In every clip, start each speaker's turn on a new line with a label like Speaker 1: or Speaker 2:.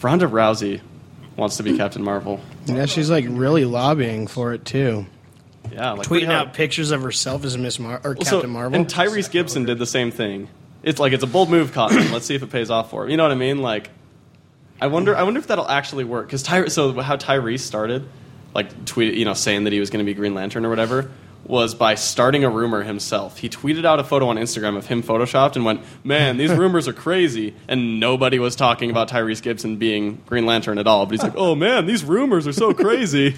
Speaker 1: Ronda Rousey wants to be Captain Marvel.
Speaker 2: Yeah, she's like really lobbying for it too.
Speaker 1: Yeah, like
Speaker 2: Tweeting
Speaker 1: pretty hard.
Speaker 2: out pictures of herself as Miss Mar- or
Speaker 1: Well, so-
Speaker 2: Captain Marvel.
Speaker 1: And Tyrese Gibson did the same thing. It's like it's a bold move, Cotton. Let's see if it pays off for him. You know what I mean? Like, I wonder. I wonder if that'll actually work. Because Ty- so how Tyrese started, like tweet, you know, saying that he was going to be Green Lantern or whatever, was by starting a rumor himself. He tweeted out a photo on Instagram of him photoshopped and went, "Man, these rumors are crazy." And nobody was talking about Tyrese Gibson being Green Lantern at all. But he's like, "Oh man, these rumors are so crazy."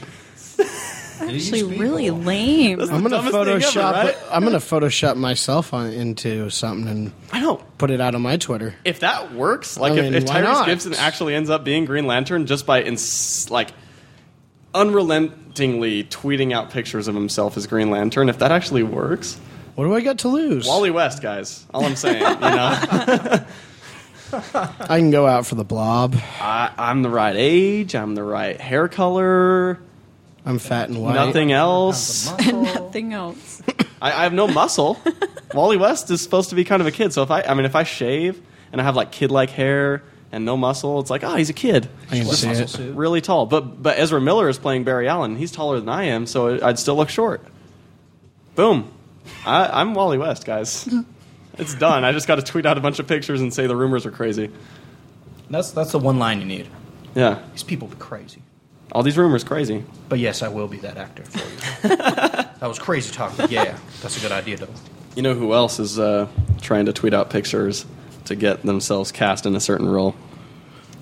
Speaker 3: Actually, really lame.
Speaker 1: That's the
Speaker 2: I'm gonna
Speaker 1: dumbest thing ever,
Speaker 2: Photoshop.
Speaker 1: right?
Speaker 2: I'm gonna Photoshop myself on, into something and
Speaker 1: I know.
Speaker 2: put it out on my Twitter.
Speaker 1: if that works, like
Speaker 2: I mean,
Speaker 1: if, if
Speaker 2: why
Speaker 1: Tyrese
Speaker 2: not?
Speaker 1: Gibson actually ends up being Green Lantern just by ins- like unrelentingly tweeting out pictures of himself as Green Lantern, if that actually works,
Speaker 2: What do I got to lose?
Speaker 1: Wally West, guys, all I'm saying, you know,
Speaker 2: I can go out for the blob.
Speaker 1: I, I'm the right age, I'm the right hair color,
Speaker 2: I'm fat and white.
Speaker 1: nothing else. Oh.
Speaker 3: Nothing else.
Speaker 1: I, I have no muscle. Wally West is supposed to be kind of a kid, so if I, I mean, if I shave and I have like kid-like hair and no muscle, it's like, oh, he's a kid.
Speaker 2: I can see it.
Speaker 1: really tall. But but Ezra Miller is playing Barry Allen. and He's taller than I am, so I'd still look short. Boom. I, I'm Wally West, guys. It's done. I just got to tweet out a bunch of pictures and say the rumors are crazy.
Speaker 4: That's that's the one line you need.
Speaker 1: Yeah,
Speaker 4: These people be crazy.
Speaker 1: all these rumors crazy.
Speaker 4: But yes, I will be that actor for you. that was crazy talk. but Yeah, that's a good idea though.
Speaker 1: You know who else is uh, trying to tweet out pictures to get themselves cast in a certain role?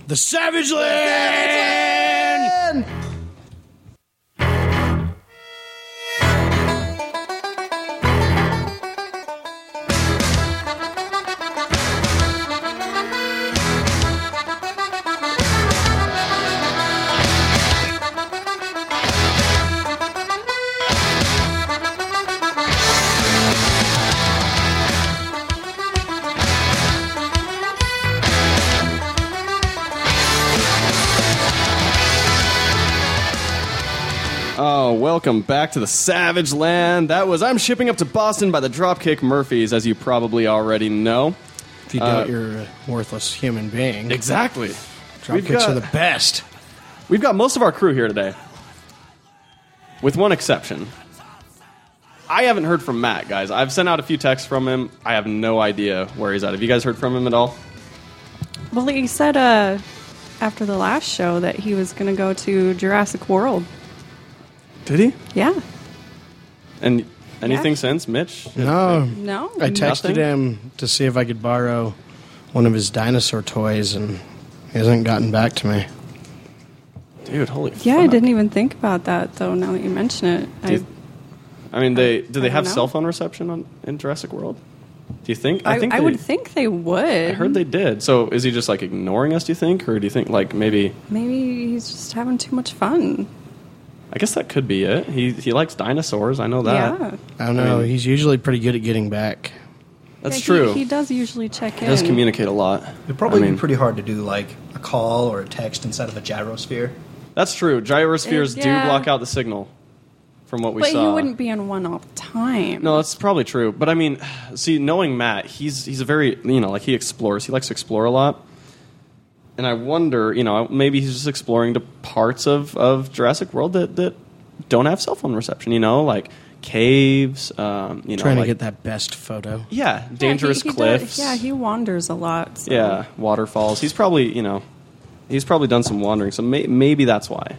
Speaker 2: The Savage Land.
Speaker 1: Oh, welcome back to the Savage Land. That was I'm Shipping Up to Boston by the Dropkick Murphys, as you probably already know.
Speaker 2: If you
Speaker 1: Uh,
Speaker 2: doubt you're a worthless human being,
Speaker 1: Exactly.
Speaker 2: drop kicks are the best.
Speaker 1: We've got most of our crew here today, with one exception. I haven't heard from Matt, guys. I've sent out a few texts from him. I have no idea where he's at. Have you guys heard from him at all?
Speaker 3: Well, he said uh, after the last show that he was going to go to Jurassic World.
Speaker 1: Did he?
Speaker 3: Yeah.
Speaker 1: And anything
Speaker 3: Yeah.
Speaker 1: since Mitch?
Speaker 2: No,
Speaker 3: No.
Speaker 2: I texted
Speaker 1: Nothing?
Speaker 2: him to see if I could borrow one of his dinosaur toys, and he hasn't gotten back to me.
Speaker 1: Dude, holy.
Speaker 3: Yeah, I
Speaker 1: fuck.
Speaker 3: didn't even think about that though. Now that you mention it,
Speaker 1: Do
Speaker 3: I,
Speaker 1: you- I mean, they do they
Speaker 3: I don't
Speaker 1: have
Speaker 3: know.
Speaker 1: cell phone reception on in Jurassic World? Do you think?
Speaker 3: I,
Speaker 1: think
Speaker 3: I
Speaker 1: they-
Speaker 3: would think they would.
Speaker 1: I heard they did. So is he just like ignoring us? Do you think, or do you think like maybe?
Speaker 3: Maybe he's just having too much fun.
Speaker 1: I guess that could be it. He he likes dinosaurs. I know that.
Speaker 3: yeah,
Speaker 2: I don't know.
Speaker 1: mean-
Speaker 2: he's usually pretty good at getting back.
Speaker 1: That's
Speaker 3: Yeah, he-
Speaker 1: true.
Speaker 3: He, does usually check
Speaker 1: He
Speaker 3: in.
Speaker 1: does communicate a lot.
Speaker 4: It'd probably
Speaker 1: I mean,
Speaker 4: be pretty hard to do like a call or a text inside of a gyrosphere.
Speaker 1: That's true. Gyrospheres do
Speaker 3: Yeah.
Speaker 1: block out the signal from what we
Speaker 3: but
Speaker 1: saw.
Speaker 3: he wouldn't be in one all the time.
Speaker 1: No, that's probably true. But I mean, see, knowing Matt, he's he's a very you know like he explores. He likes to explore a lot. And I wonder, you know, maybe he's just exploring to parts of of Jurassic World that that don't have cell phone reception. You know, like caves. Um, you know,
Speaker 2: Trying
Speaker 1: like-
Speaker 2: to get that best photo.
Speaker 1: Yeah,
Speaker 3: Yeah, he-
Speaker 1: dangerous
Speaker 3: he does-
Speaker 1: cliffs.
Speaker 3: yeah, he wanders a lot. so-
Speaker 1: Yeah, waterfalls. He's probably you know, he's probably done some wandering. So may, maybe that's why.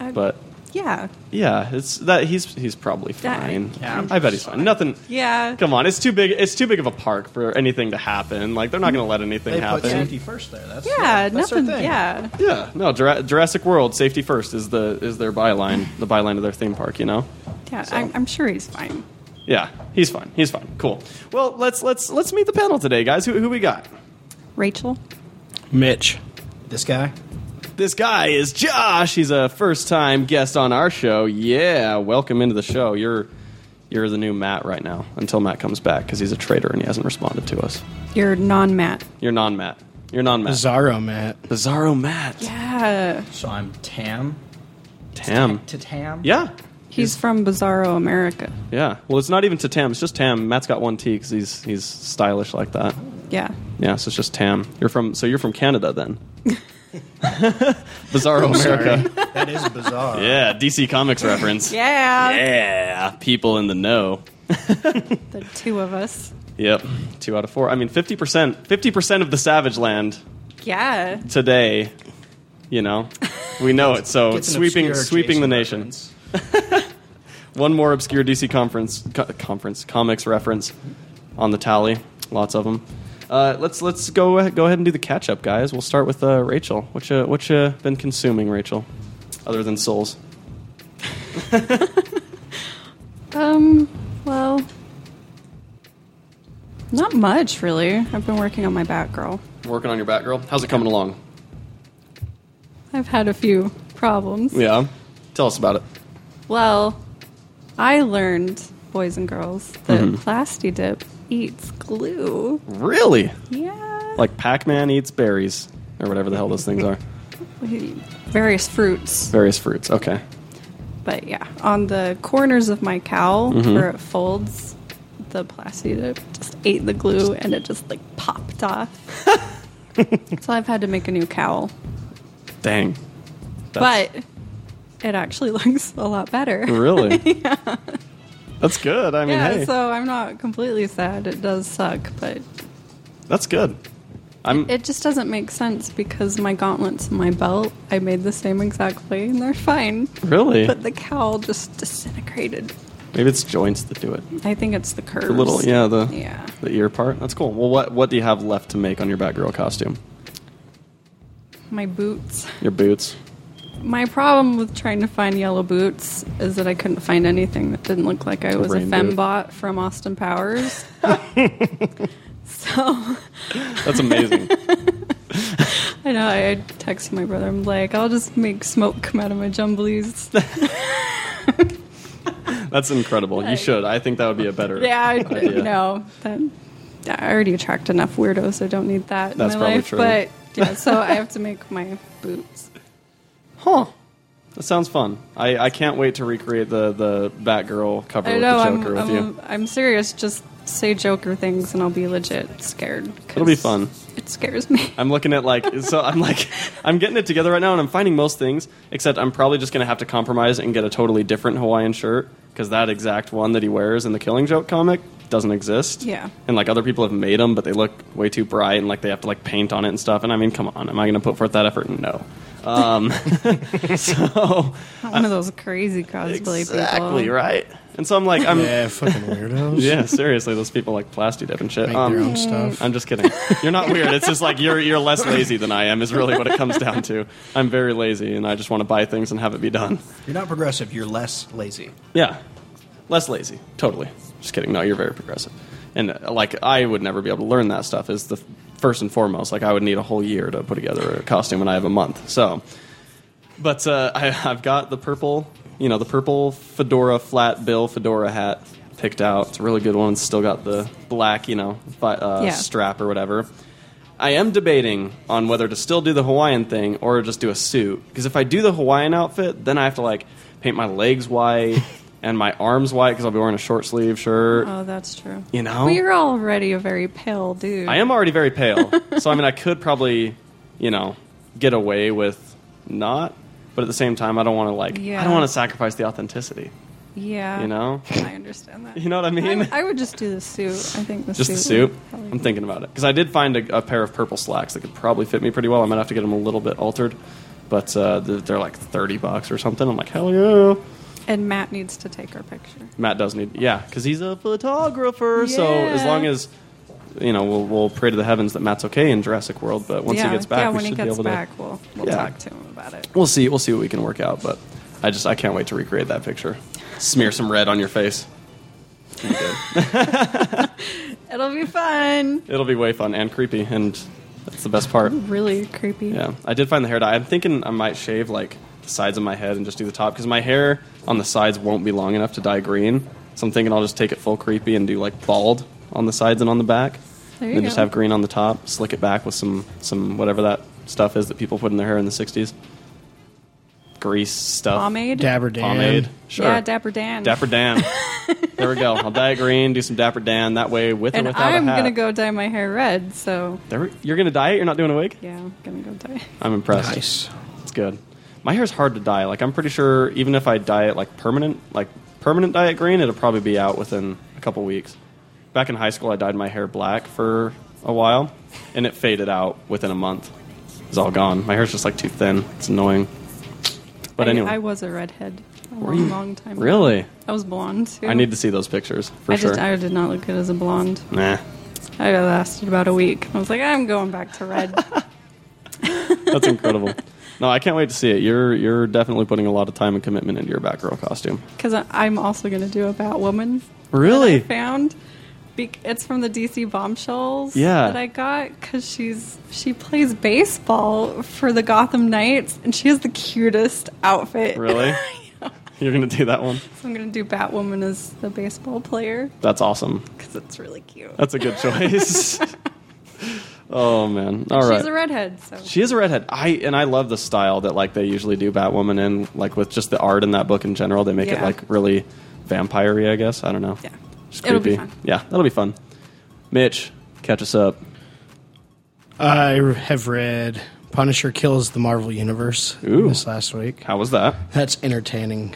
Speaker 3: I-
Speaker 1: But
Speaker 3: yeah,
Speaker 1: Yeah, it's that he's he's probably
Speaker 3: That-
Speaker 1: fine.
Speaker 4: Yeah, I'm
Speaker 1: I bet he's fine. Nothing.
Speaker 3: yeah.
Speaker 1: Come on, it's too big. It's too big of a park for anything to happen. Like they're not going to let anything
Speaker 4: They put
Speaker 1: happen.
Speaker 4: safety first there. That's
Speaker 3: yeah,
Speaker 4: that's their
Speaker 3: nothing.
Speaker 4: thing.
Speaker 3: Yeah,
Speaker 1: Yeah, no. Jura- Jurassic World safety first is the is their byline, the byline of their theme park. You know.
Speaker 3: yeah. I'm, I'm sure he's fine.
Speaker 1: Yeah, he's fine. He's fine. Cool. Well, let's let's let's meet the panel today, guys. Who who we got?
Speaker 3: Rachel,
Speaker 2: Mitch.
Speaker 4: This guy,
Speaker 1: This guy is Josh. He's a first time guest on our show. Yeah, welcome into the show. You're you're the new Matt right now until Matt comes back because he's a traitor and he hasn't responded to us.
Speaker 3: you're non-Matt.
Speaker 1: You're non Matt. You're non Matt.
Speaker 2: Bizarro Matt.
Speaker 1: Bizarro Matt.
Speaker 3: Yeah,
Speaker 4: so I'm Tam.
Speaker 1: Tam.
Speaker 4: To Tam.
Speaker 1: Yeah.
Speaker 3: he's from Bizarro America.
Speaker 1: Yeah. Well, it's not even to Tam. It's just Tam. Matt's got one T because he's he's stylish like that.
Speaker 3: Yeah.
Speaker 1: Yeah. So it's just Tam. You're from. So you're from Canada then. Bizarro America.
Speaker 4: That is bizarre.
Speaker 1: Yeah, DC Comics reference.
Speaker 3: Yeah.
Speaker 1: Yeah, people in the know.
Speaker 3: The two of us.
Speaker 1: Yep, two out of four. I mean, fifty percent, fifty percent of the Savage Land
Speaker 3: Yeah.
Speaker 1: today. You know, we know it. So
Speaker 4: Gets an
Speaker 1: sweeping,
Speaker 4: obscure
Speaker 1: sweeping
Speaker 4: Jason
Speaker 1: the nation.
Speaker 4: reference.
Speaker 1: One more obscure DC conference, co- conference comics reference on the tally. Lots of them. Uh, let's let's go go ahead and do the catch up, guys. We'll start with uh, Rachel. What you what you been consuming, Rachel? Other than Souls,
Speaker 3: Um, well, not much really. I've been working on my Batgirl.
Speaker 1: working on your Batgirl. How's it coming along?
Speaker 3: I've had a few problems.
Speaker 1: Yeah, tell us about it.
Speaker 3: Well, I learned, boys and girls, that
Speaker 1: Mm-hmm.
Speaker 3: Plasti Dip eats glue.
Speaker 1: Really?
Speaker 3: Yeah.
Speaker 1: Like Pac Man eats berries, or whatever the hell those things are.
Speaker 3: various fruits.
Speaker 1: Various fruits. Okay.
Speaker 3: But yeah, on the corners of my cowl
Speaker 1: Mm-hmm.
Speaker 3: where it folds, the Plasti Dip just ate the glue and it just like popped off. so I've had to make a new cowl.
Speaker 1: Dang.
Speaker 3: but it actually looks a lot better.
Speaker 1: Really? That's good. I mean,
Speaker 3: yeah,
Speaker 1: hey,
Speaker 3: so I'm not completely sad. It does suck, but
Speaker 1: that's good. I'm.
Speaker 3: it just doesn't make sense because my gauntlets and my belt, I made the same exact way and they're fine.
Speaker 1: really?
Speaker 3: But the cowl just disintegrated.
Speaker 1: Maybe it's joints that do it.
Speaker 3: I think it's the curves.
Speaker 1: The little, yeah, the
Speaker 3: Yeah.
Speaker 1: the ear part. That's cool. Well, what what do you have left to make on your Batgirl costume?
Speaker 3: My boots.
Speaker 1: Your boots.
Speaker 3: My problem with trying to find yellow boots is that I couldn't find anything that didn't look like I was a
Speaker 1: rain boot.
Speaker 3: fembot from Austin Powers. so
Speaker 1: That's amazing.
Speaker 3: I know. I I texted my brother. I'm like, I'll just make smoke come out of my jumblies.
Speaker 1: that's incredible. You should. I think that would be a better.
Speaker 3: yeah, I,
Speaker 1: Idea.
Speaker 3: you know, that, I already attract enough weirdos. I don't need that
Speaker 1: That's
Speaker 3: in my
Speaker 1: probably
Speaker 3: life.
Speaker 1: true.
Speaker 3: But yeah, so I have to make my boots.
Speaker 1: Huh. That sounds fun. I, I can't wait to recreate the the Batgirl cover
Speaker 3: I
Speaker 1: with
Speaker 3: know.
Speaker 1: the
Speaker 3: I'm,
Speaker 1: Joker with
Speaker 3: I'm,
Speaker 1: you.
Speaker 3: I'm serious. Just say Joker things, and I'll be legit scared. 'cause
Speaker 1: It'll be fun.
Speaker 3: It scares me.
Speaker 1: I'm looking at like so I'm like I'm getting it together right now and I'm finding most things except I'm probably just going to have to compromise and get a totally different Hawaiian shirt cuz that exact one that he wears in the Killing Joke comic doesn't exist.
Speaker 3: Yeah.
Speaker 1: And like other people have made them but they look way too bright and like they have to like paint on it and stuff and I mean come on am I going to put forth that effort? No. Um so
Speaker 3: Not one of those crazy cosplay
Speaker 1: exactly
Speaker 3: people.
Speaker 1: right. And so I'm like I'm yeah,
Speaker 2: Yeah, fucking weirdos.
Speaker 1: seriously those people like plasti dip and shit.
Speaker 2: Make
Speaker 1: Um,
Speaker 2: their own stuff.
Speaker 1: I'm just kidding. You're not weird. It's just like you're you're less lazy than I am. Is really what it comes down to. I'm very lazy, and I just want to buy things and have it be done.
Speaker 4: You're not progressive. You're less lazy.
Speaker 1: Yeah, less lazy. Totally. Just kidding. No, you're very progressive. And uh, like I would never be able to learn that stuff. Is the f- first and foremost. Like I would need a whole year to put together a costume, and I have a month. So, but uh, I, I've got the purple. You know, the purple fedora flat bill fedora hat picked out. It's a really good one. It's still got the black. You know, fi- uh,
Speaker 3: Yeah.
Speaker 1: strap or whatever. I am debating on whether to still do the Hawaiian thing or just do a suit. Because if I do the Hawaiian outfit, then I have to like paint my legs white and my arms white because I'll be wearing a short sleeve shirt.
Speaker 3: Oh, that's true.
Speaker 1: You know?
Speaker 3: well, you're already a very pale dude.
Speaker 1: I am already very pale, so I mean I could probably, you know, get away with not. But at the same time, I don't want to like I
Speaker 3: Yeah. Uh,
Speaker 1: don't want to sacrifice the authenticity.
Speaker 3: Yeah.
Speaker 1: You know,
Speaker 3: I understand that.
Speaker 1: you know what I mean?
Speaker 3: I, I would just do the suit. I think the
Speaker 1: Just
Speaker 3: suit.
Speaker 1: the suit.
Speaker 3: would probably
Speaker 1: I'm
Speaker 3: be-
Speaker 1: thinking about it because I did find a, a pair of purple slacks that could probably fit me pretty well. I might have to get them a little bit altered, but uh, they're they're like thirty bucks or something. I'm like hell yeah.
Speaker 3: And Matt needs to take our picture.
Speaker 1: Matt does need yeah because he's a photographer. So as
Speaker 3: Yeah.
Speaker 1: long as you know, we'll, we'll pray to the heavens that Matt's okay in Jurassic World. But once
Speaker 3: yeah.
Speaker 1: he gets back,
Speaker 3: yeah,
Speaker 1: we
Speaker 3: when
Speaker 1: should
Speaker 3: he
Speaker 1: be
Speaker 3: gets
Speaker 1: able
Speaker 3: back,
Speaker 1: to.
Speaker 3: we'll we'll
Speaker 1: Yeah.
Speaker 3: talk to him about it.
Speaker 1: We'll see. We'll see what we can work out. But I just I can't wait to recreate that picture. Smear some red on your face. You did.
Speaker 3: It'll be fun.
Speaker 1: It'll be way fun and creepy, and that's the best part.
Speaker 3: Really creepy.
Speaker 1: Yeah, I did find the hair dye. I'm thinking I might shave like the sides of my head and just do the top because my hair on the sides won't be long enough to dye green. So I'm thinking I'll just take it full creepy and do like bald on the sides and on the back,
Speaker 3: There
Speaker 1: and
Speaker 3: you
Speaker 1: then just
Speaker 3: go.
Speaker 1: have green on the top. Slick it back with some some whatever that stuff is that people put in their hair in the '60s. grease stuff.
Speaker 3: Pomade.
Speaker 2: Dabber Dan.
Speaker 1: Pomade. Sure.
Speaker 3: Yeah, Dapper Dan.
Speaker 1: Dapper Dan. there we go. I'll dye it green, do some Dapper Dan that way with
Speaker 3: And
Speaker 1: or without
Speaker 3: I'm
Speaker 1: a hat.
Speaker 3: gonna go dye my hair red. So
Speaker 1: There we- you're gonna dye it. You're not doing a wig.
Speaker 3: yeah, I'm gonna go dye.
Speaker 1: I'm impressed.
Speaker 2: Nice.
Speaker 1: It's good. My hair's hard to dye. Like I'm pretty sure even if I dye it like permanent, like permanent dye it green, it'll probably be out within a couple weeks. Back in high school, I dyed my hair black for a while, and it faded out within a month. It's all gone. My hair's just like too thin. It's annoying. But
Speaker 3: I,
Speaker 1: anyway,
Speaker 3: I was a redhead. A
Speaker 1: Were
Speaker 3: long,
Speaker 1: you?
Speaker 3: long time. ago.
Speaker 1: really,
Speaker 3: I was blonde too.
Speaker 1: I need to see those pictures for
Speaker 3: I
Speaker 1: sure.
Speaker 3: just I did not look good as a blonde.
Speaker 1: nah,
Speaker 3: I lasted about a week. I was like, I'm going back to red.
Speaker 1: that's incredible. No, I can't wait to see it. You're you're definitely putting a lot of time and commitment into your Batgirl costume.
Speaker 3: Because I'm also going to do a Batwoman.
Speaker 1: Really?
Speaker 3: That I found. Be- it's from the DC Bombshells
Speaker 1: Yeah.
Speaker 3: that I got because she's she plays baseball for the Gotham Knights and she has the cutest outfit.
Speaker 1: Really? You're gonna do that one.
Speaker 3: so I'm gonna do Batwoman as the baseball player
Speaker 1: That's awesome.
Speaker 3: because it's really cute.
Speaker 1: That's a good choice. oh man! All right.
Speaker 3: She's a redhead, so
Speaker 1: She is a redhead. I and I love the style that like they usually do Batwoman in, like with just the art in that book in general. They make it
Speaker 3: Yeah.
Speaker 1: like really vampire-y, I guess. I don't know.
Speaker 3: yeah,
Speaker 1: It's
Speaker 3: it'll
Speaker 1: creepy.
Speaker 3: be fun.
Speaker 1: Yeah, that'll be fun. Mitch, catch us up.
Speaker 2: I have read Punisher Kills the Marvel Universe
Speaker 1: Ooh.
Speaker 2: this last week.
Speaker 1: How was that?
Speaker 2: That's entertaining.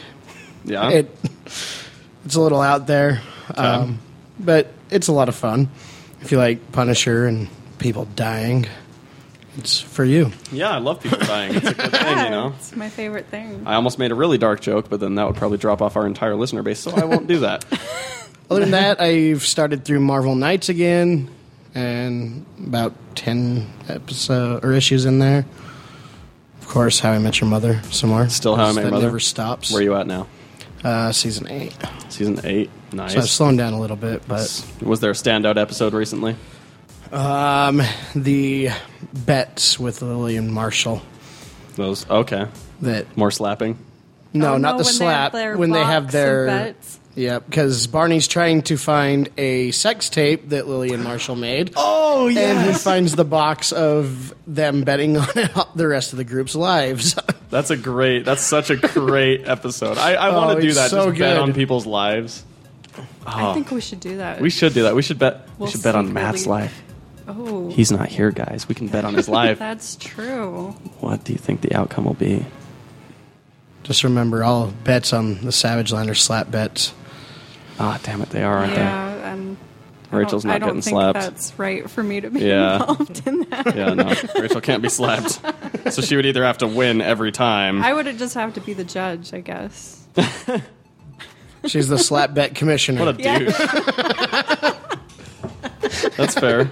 Speaker 1: Yeah.
Speaker 2: It it's a little out there, um, but it's a lot of fun. If you like Punisher and people dying, it's for you.
Speaker 1: yeah, I love people dying. It's a good thing, you know.
Speaker 3: It's my favorite thing.
Speaker 1: I almost made a really dark joke, but then that would probably drop off our entire listener base, so I won't do that.
Speaker 2: Other than that, I've started through Marvel Knights again, and about ten episode or issues in there. Of course, How I Met Your Mother, some more.
Speaker 1: Still How I Met Your
Speaker 2: That
Speaker 1: Mother?
Speaker 2: never stops.
Speaker 1: Where are you at now?
Speaker 2: Uh, season eight.
Speaker 1: Season eight.
Speaker 2: So I've
Speaker 1: Nice.
Speaker 2: slowed down a little bit, but
Speaker 1: Was there a standout episode recently?
Speaker 2: Um, the bets with Lillian Marshall.
Speaker 1: Those okay.
Speaker 2: That
Speaker 1: More slapping.
Speaker 2: no,
Speaker 3: Oh,
Speaker 2: not the
Speaker 3: when they have
Speaker 2: slap
Speaker 3: their
Speaker 2: when they have
Speaker 3: box of
Speaker 2: their
Speaker 3: bets.
Speaker 2: Yeah, because Barney's trying to find a sex tape that Lillian Marshall made. Oh yeah, and he finds the box of them betting on the rest of the group's lives.
Speaker 1: That's a great. That's such a great episode. I, I
Speaker 2: Oh,
Speaker 1: want to do
Speaker 2: it's
Speaker 1: that.
Speaker 2: so
Speaker 1: just bet
Speaker 2: good.
Speaker 1: on people's lives.
Speaker 3: I think we should do that.
Speaker 1: Ah. We should do that. We should bet.
Speaker 3: We'll
Speaker 1: we should bet on
Speaker 3: secretly-
Speaker 1: Matt's life.
Speaker 3: Oh,
Speaker 1: He's not here, guys. We can bet on his life.
Speaker 3: that's true.
Speaker 1: what do you think the outcome will be?
Speaker 2: Just remember all bets on the Savage Land are slap bets.
Speaker 1: Ah, damn it, they are, aren't
Speaker 3: yeah, and
Speaker 1: they? Rachel's
Speaker 3: I
Speaker 1: not
Speaker 3: don't
Speaker 1: getting
Speaker 3: think
Speaker 1: slapped.
Speaker 3: That's right for me to be
Speaker 1: Yeah.
Speaker 3: involved in that.
Speaker 1: Yeah, no, Rachel can't be slapped. So she would either have to win every time.
Speaker 3: I would just have to be the judge, I guess.
Speaker 2: She's the slap bet commissioner.
Speaker 1: What a
Speaker 3: Yeah.
Speaker 1: douche. that's fair.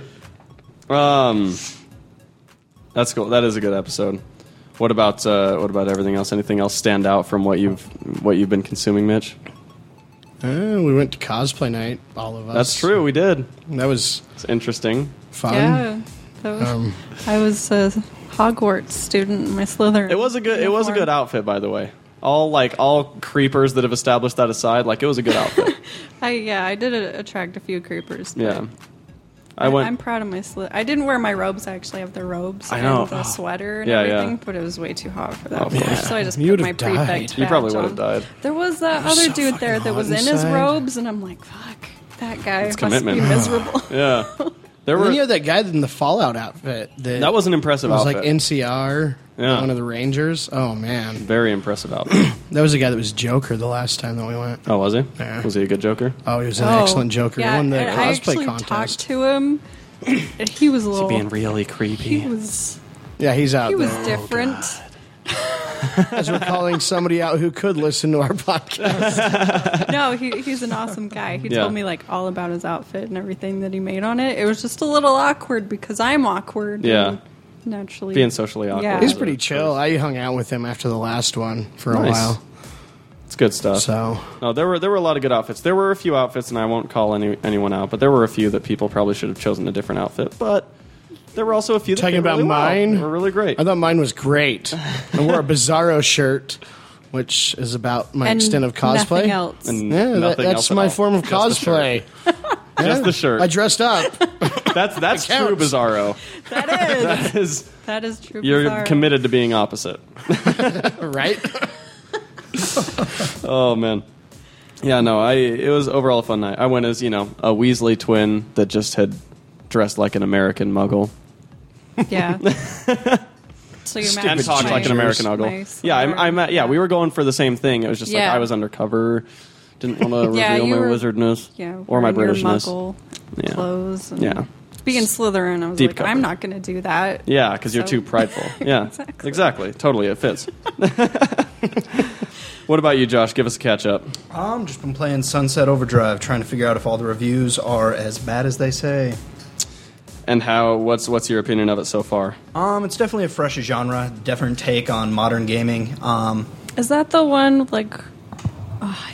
Speaker 1: Um, that's cool. That is a good episode. What about uh, what about everything else? Anything else stand out from what you've what you've been consuming, Mitch?
Speaker 2: Uh, we went to cosplay night, all of us.
Speaker 1: That's true. We did.
Speaker 2: That was
Speaker 1: It's interesting.
Speaker 2: fun.
Speaker 3: yeah, that was,
Speaker 2: Um,
Speaker 3: I was a Hogwarts student in my Slytherin.
Speaker 1: It was a good. It was a good
Speaker 3: uniform.
Speaker 1: outfit, by the way. All like all creepers that have established that aside, like it was a good outfit.
Speaker 3: I yeah, I did uh, attract a few creepers. but
Speaker 1: yeah. I went.
Speaker 3: I'm proud of my sli- I didn't wear my robes. I actually have the robes.
Speaker 1: I know.
Speaker 3: And the sweater and
Speaker 1: Yeah, yeah.
Speaker 3: everything, but it was way too hot for that.
Speaker 1: Of course.
Speaker 3: So I just
Speaker 2: You
Speaker 3: put my
Speaker 2: would've died.
Speaker 3: prefect.
Speaker 1: You probably
Speaker 3: badge
Speaker 1: would've
Speaker 3: on.
Speaker 1: died.
Speaker 3: There was that other
Speaker 2: so
Speaker 3: dude there
Speaker 2: fucking
Speaker 3: that was
Speaker 2: hot
Speaker 3: in his
Speaker 2: inside.
Speaker 3: robes, and I'm like, fuck, that guy must
Speaker 1: commitment.
Speaker 3: be miserable.
Speaker 1: yeah. There
Speaker 2: And
Speaker 1: were.
Speaker 2: then you had that guy in the Fallout outfit. That,
Speaker 1: That was an impressive
Speaker 2: It was
Speaker 1: outfit.
Speaker 2: like NCR,
Speaker 1: Yeah.
Speaker 2: one of the Rangers. Oh man,
Speaker 1: Very impressive outfit.
Speaker 2: that was the guy that was Joker the last time that we went.
Speaker 1: Oh, was he?
Speaker 2: Yeah.
Speaker 1: Was he a good Joker?
Speaker 2: Oh, he was an excellent Joker.
Speaker 3: Yeah,
Speaker 2: he won the
Speaker 3: and I
Speaker 2: cosplay
Speaker 3: actually
Speaker 2: contest.
Speaker 3: talked to him. and he was a little.
Speaker 1: really creepy.
Speaker 3: he was.
Speaker 2: yeah, he's out
Speaker 1: Oh,
Speaker 3: He was
Speaker 2: there.
Speaker 3: different.
Speaker 2: As we're calling somebody out who could listen to our podcast.
Speaker 3: no, he, he's an awesome guy. He
Speaker 1: Yeah.
Speaker 3: told me like all about his outfit and everything that he made on it. It was just a little awkward because I'm awkward.
Speaker 1: Yeah.
Speaker 3: and naturally
Speaker 1: Being socially awkward.
Speaker 3: Yeah.
Speaker 2: He's pretty chill. I hung out with him after the last one for a
Speaker 1: Nice.
Speaker 2: while.
Speaker 1: It's good stuff.
Speaker 2: So
Speaker 1: No, there were there were a lot of good outfits. There were a few outfits, and I won't call any anyone out, but there were a few that people probably should have chosen a different outfit. But there were also a few that
Speaker 2: Talking
Speaker 1: came
Speaker 2: about
Speaker 1: really well.
Speaker 2: mine?
Speaker 1: They were really great.
Speaker 2: I thought mine was great. I wore a Bizarro shirt, which is about my
Speaker 3: and
Speaker 2: extent of cosplay.
Speaker 3: Nothing else.
Speaker 1: And
Speaker 2: Yeah, that,
Speaker 1: nothing
Speaker 2: that's
Speaker 1: else at
Speaker 2: my
Speaker 1: all.
Speaker 2: form of
Speaker 1: Just the shirt.
Speaker 2: cosplay.
Speaker 1: Just the shirt.
Speaker 2: I dressed up.
Speaker 1: That's that's
Speaker 2: It counts.
Speaker 1: true, Bizarro.
Speaker 3: That is.
Speaker 1: That is
Speaker 3: that is true.
Speaker 1: you're
Speaker 3: Bizarro.
Speaker 1: committed to being opposite.
Speaker 2: right?
Speaker 1: Oh man. Yeah, no, I it was overall a fun night. I went as, you know, a Weasley twin that just had dressed like an American muggle.
Speaker 3: Yeah. so you're
Speaker 2: Stupid
Speaker 3: mad
Speaker 1: and
Speaker 3: at
Speaker 1: talked
Speaker 3: my-
Speaker 1: like an American
Speaker 3: my
Speaker 1: muggle. Yeah, I'm,
Speaker 3: sweater.
Speaker 1: I'm at, yeah, we were going for the same thing. It was just like
Speaker 3: Yeah.
Speaker 1: I was undercover, didn't want to
Speaker 3: Yeah,
Speaker 1: reveal
Speaker 3: you
Speaker 1: my
Speaker 3: were-
Speaker 1: wizardness
Speaker 3: Yeah,
Speaker 1: or my
Speaker 3: wearing your
Speaker 1: Britishness.
Speaker 3: muggle
Speaker 1: Yeah.
Speaker 3: clothes. And
Speaker 1: Yeah.
Speaker 3: Being Slytherin, I was
Speaker 1: Deep
Speaker 3: like,
Speaker 1: cover.
Speaker 3: I'm not going to do that.
Speaker 1: Yeah, because you're
Speaker 3: So-
Speaker 1: too prideful. Yeah,
Speaker 3: Exactly.
Speaker 1: Totally, it fits. what about you, Josh? Give us a catch up.
Speaker 4: I'm Um, just been playing Sunset Overdrive, trying to figure out if all the reviews are as bad as they say.
Speaker 1: And how? What's what's your opinion of it so far?
Speaker 4: Um, it's definitely a fresh genre, different take on modern gaming. Um,
Speaker 3: Is that the one like? oh,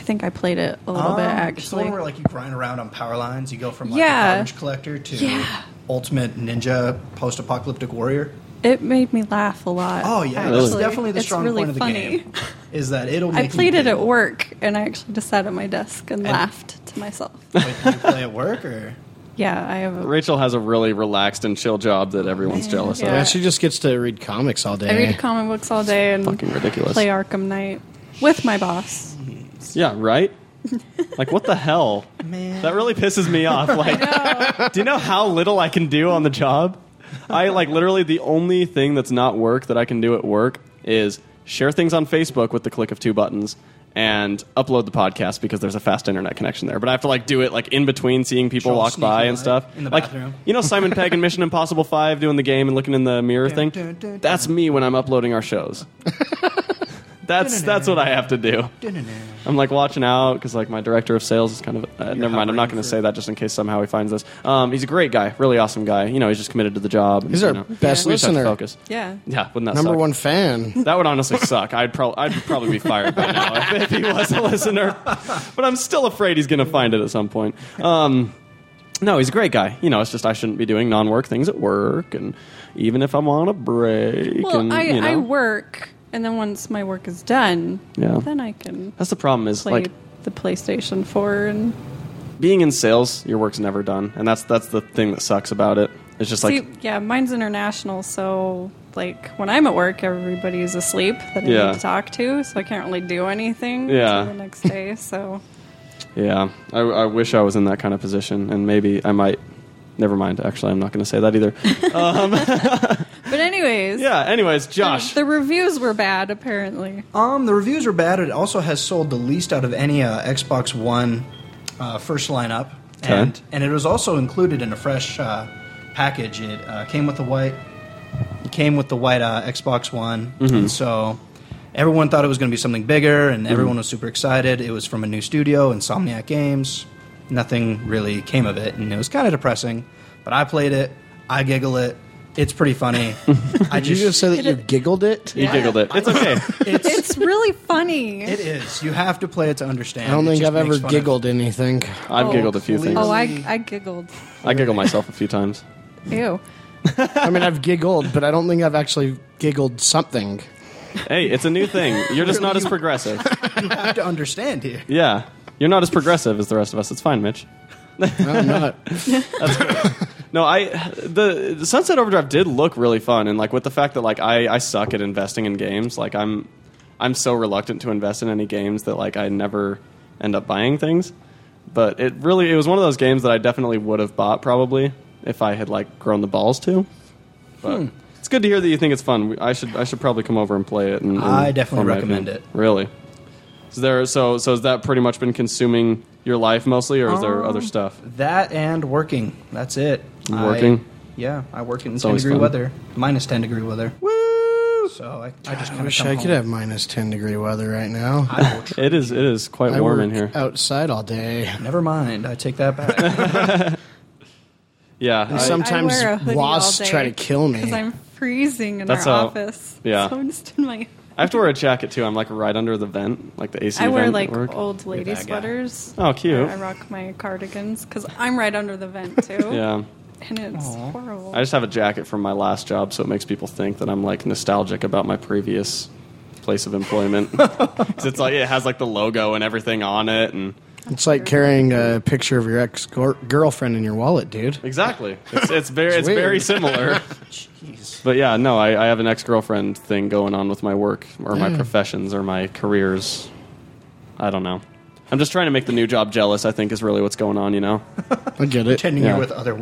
Speaker 3: I think I played it a little bit
Speaker 4: um, it's the
Speaker 3: actually.
Speaker 4: one where like you grind around on power lines. You go from like
Speaker 3: Yeah.
Speaker 4: a garbage collector to
Speaker 3: Yeah.
Speaker 4: ultimate ninja post-apocalyptic warrior.
Speaker 3: it made me laugh a lot.
Speaker 4: Oh yeah, that's
Speaker 1: Really?
Speaker 3: actually.
Speaker 4: definitely the
Speaker 3: It's
Speaker 4: strong
Speaker 3: really
Speaker 4: point of the
Speaker 3: funny.
Speaker 4: game. Is that it'll. Make
Speaker 3: I played
Speaker 4: you
Speaker 3: it at
Speaker 4: think.
Speaker 3: work, and I actually just sat at my desk and,
Speaker 4: And-
Speaker 3: laughed to myself.
Speaker 4: Wait, did you play at work or?
Speaker 3: yeah, I have. A,
Speaker 1: Rachel has a really relaxed and chill job that everyone's jealous
Speaker 3: Yeah.
Speaker 1: of.
Speaker 2: Yeah, she just gets to read comics all day.
Speaker 3: I read comic books all day and
Speaker 1: Fucking ridiculous.
Speaker 3: play Arkham Knight with my boss.
Speaker 1: Yeah, right. Like what the hell?
Speaker 4: Man.
Speaker 1: That really pisses me off. Like, do you know how little I can do on the job? I like literally the only thing that's not work that I can do at work is share things on Facebook with the click of two buttons and upload the podcast because there's a fast internet connection there. But I have to like do it like in between seeing people
Speaker 4: Sure,
Speaker 1: walk
Speaker 4: sneaky
Speaker 1: by and
Speaker 4: eye
Speaker 1: stuff.
Speaker 4: in the
Speaker 1: like,
Speaker 4: bathroom.
Speaker 1: you know Simon Pegg in Mission Impossible 5 doing the game and looking in the mirror thing?
Speaker 4: Dun, dun, dun,
Speaker 1: That's me when I'm uploading our shows. That's that's what I have to do. I'm like watching out because like my director of sales is kind of. Uh, never mind, I'm not going
Speaker 4: hovering
Speaker 1: to
Speaker 4: for-
Speaker 1: say that just in case somehow he finds this. Um, he's a great guy, really awesome guy. You know, he's just committed to the job.
Speaker 2: He's
Speaker 1: you
Speaker 2: our
Speaker 1: know.
Speaker 2: best
Speaker 1: We just have to
Speaker 2: listener.
Speaker 1: Focus.
Speaker 3: Yeah.
Speaker 1: Yeah, wouldn't that
Speaker 2: Number
Speaker 1: suck?
Speaker 2: one fan.
Speaker 1: That would honestly suck. I'd probably I'd probably be fired by now if, if he was a listener. But I'm still afraid he's going to find it at some point. Um, no, he's a great guy. You know, it's just I shouldn't be doing non-work things at work, and even if I'm on a break,
Speaker 3: Well,
Speaker 1: and
Speaker 3: I,
Speaker 1: you know,
Speaker 3: I work, and then once my work is done,
Speaker 1: Yeah.
Speaker 3: then I can
Speaker 1: That's the problem is
Speaker 3: play
Speaker 1: like
Speaker 3: the PlayStation 4 and
Speaker 1: being in sales, your work's never done, and that's that's the thing that sucks about it. It's just like
Speaker 3: See, yeah, mine's international, so like when I'm at work, everybody's asleep that I
Speaker 1: Yeah.
Speaker 3: need to talk to, so I can't really do anything
Speaker 1: Yeah.
Speaker 3: until the next day. So
Speaker 1: Yeah, I, I wish I was in that kind of position, and maybe I might. Never mind. Actually, I'm not going to say that either.
Speaker 3: But anyways,
Speaker 1: yeah. Anyways, Josh.
Speaker 3: the reviews were bad apparently.
Speaker 4: Um, the reviews are bad. It also has sold the least out of any uh, Xbox One uh, first lineup,
Speaker 1: Okay.
Speaker 4: and and it was also included in a fresh uh, package. It uh, came with the white, it came with the white uh, Xbox One,
Speaker 2: Mm-hmm.
Speaker 4: and so everyone thought it was going to be something bigger, and everyone was super excited. It was from a new studio, Insomniac Games. Nothing really came of it, and it was kind of depressing. But I played it. I giggle it. It's pretty funny. I
Speaker 2: Did you just say that you giggled it?
Speaker 1: you giggled it. It's okay.
Speaker 4: it's
Speaker 3: It's really funny.
Speaker 4: It is. You have to play it to understand.
Speaker 2: I don't
Speaker 4: It
Speaker 2: think
Speaker 4: just
Speaker 2: I've ever
Speaker 4: makes fun of-
Speaker 2: giggled anything.
Speaker 1: I've
Speaker 3: Oh,
Speaker 1: giggled a few
Speaker 4: please.
Speaker 1: things.
Speaker 3: oh, I I giggled.
Speaker 1: I giggle myself a few times.
Speaker 3: Ew.
Speaker 2: I mean, I've giggled, but I don't think I've actually giggled something.
Speaker 1: Hey, it's a new thing. You're just not as progressive.
Speaker 4: You have to understand here.
Speaker 1: Yeah, you're not as progressive as the rest of us. It's fine, Mitch.
Speaker 2: No, I'm not.
Speaker 1: No, I the, the Sunset Overdrive did look really fun, and like with the fact that like I, I suck at investing in games, like I'm I'm so reluctant to invest in any games that like I never end up buying things. But it really it was one of those games that I definitely would have bought probably if I had like grown the balls to. But
Speaker 4: Hmm.
Speaker 1: it's good to hear that you think it's fun. We- I should I should probably come over and play it. And, and
Speaker 4: I definitely
Speaker 1: form my
Speaker 4: recommend
Speaker 1: opinion.
Speaker 4: it.
Speaker 1: Really. Is there so so has that pretty much been consuming your life mostly, or is there
Speaker 4: Um,
Speaker 1: other stuff?
Speaker 4: That and working. That's it. I-
Speaker 1: Working?
Speaker 4: yeah, I work in ten
Speaker 1: always
Speaker 4: degree
Speaker 1: fun.
Speaker 4: weather, minus ten degree weather. Woo! So I, I just
Speaker 2: I
Speaker 4: kind of
Speaker 2: wish
Speaker 4: come
Speaker 2: I could
Speaker 4: home.
Speaker 2: have minus 10 degree weather right now.
Speaker 4: I will tr-
Speaker 1: It is it is quite
Speaker 2: I
Speaker 1: warm
Speaker 2: work
Speaker 1: in here.
Speaker 2: outside all day.
Speaker 4: Never mind. I take that back.
Speaker 1: Yeah, I-
Speaker 2: Sometimes
Speaker 3: I wear a hoodie
Speaker 2: wasps
Speaker 3: all day
Speaker 2: try to kill me.
Speaker 3: because I'm freezing in
Speaker 1: That's
Speaker 3: our
Speaker 1: how-
Speaker 3: office.
Speaker 1: yeah.
Speaker 3: So I'm just in my.
Speaker 1: I have to wear a jacket too. I'm like right under the vent, like the AC.
Speaker 3: I wear
Speaker 1: vent
Speaker 3: like
Speaker 1: at work.
Speaker 3: old lady
Speaker 4: that guy.
Speaker 3: sweaters.
Speaker 1: Oh, cute.
Speaker 3: I rock my cardigans because I'm right under the vent too.
Speaker 1: Yeah,
Speaker 3: And it's
Speaker 4: Aw.
Speaker 3: horrible.
Speaker 1: I just have a jacket from my last job, so it makes people think that I'm like nostalgic about my previous place of employment. 'Cause it's like it has like the logo and everything on it, and
Speaker 2: It's like carrying a picture of your ex girlfriend in your wallet, dude.
Speaker 1: Exactly. It's, it's very
Speaker 2: It's
Speaker 1: it's, very
Speaker 2: weird.
Speaker 1: similar.
Speaker 4: Jeez.
Speaker 1: But yeah, no, I, I have an ex girlfriend thing going on with my work or my
Speaker 2: Yeah.
Speaker 1: professions or my careers. I don't know. I'm just trying to make the new job jealous. I think is really what's going on. You know.
Speaker 2: I get it.
Speaker 4: Pretending
Speaker 1: Yeah.
Speaker 4: you're with other.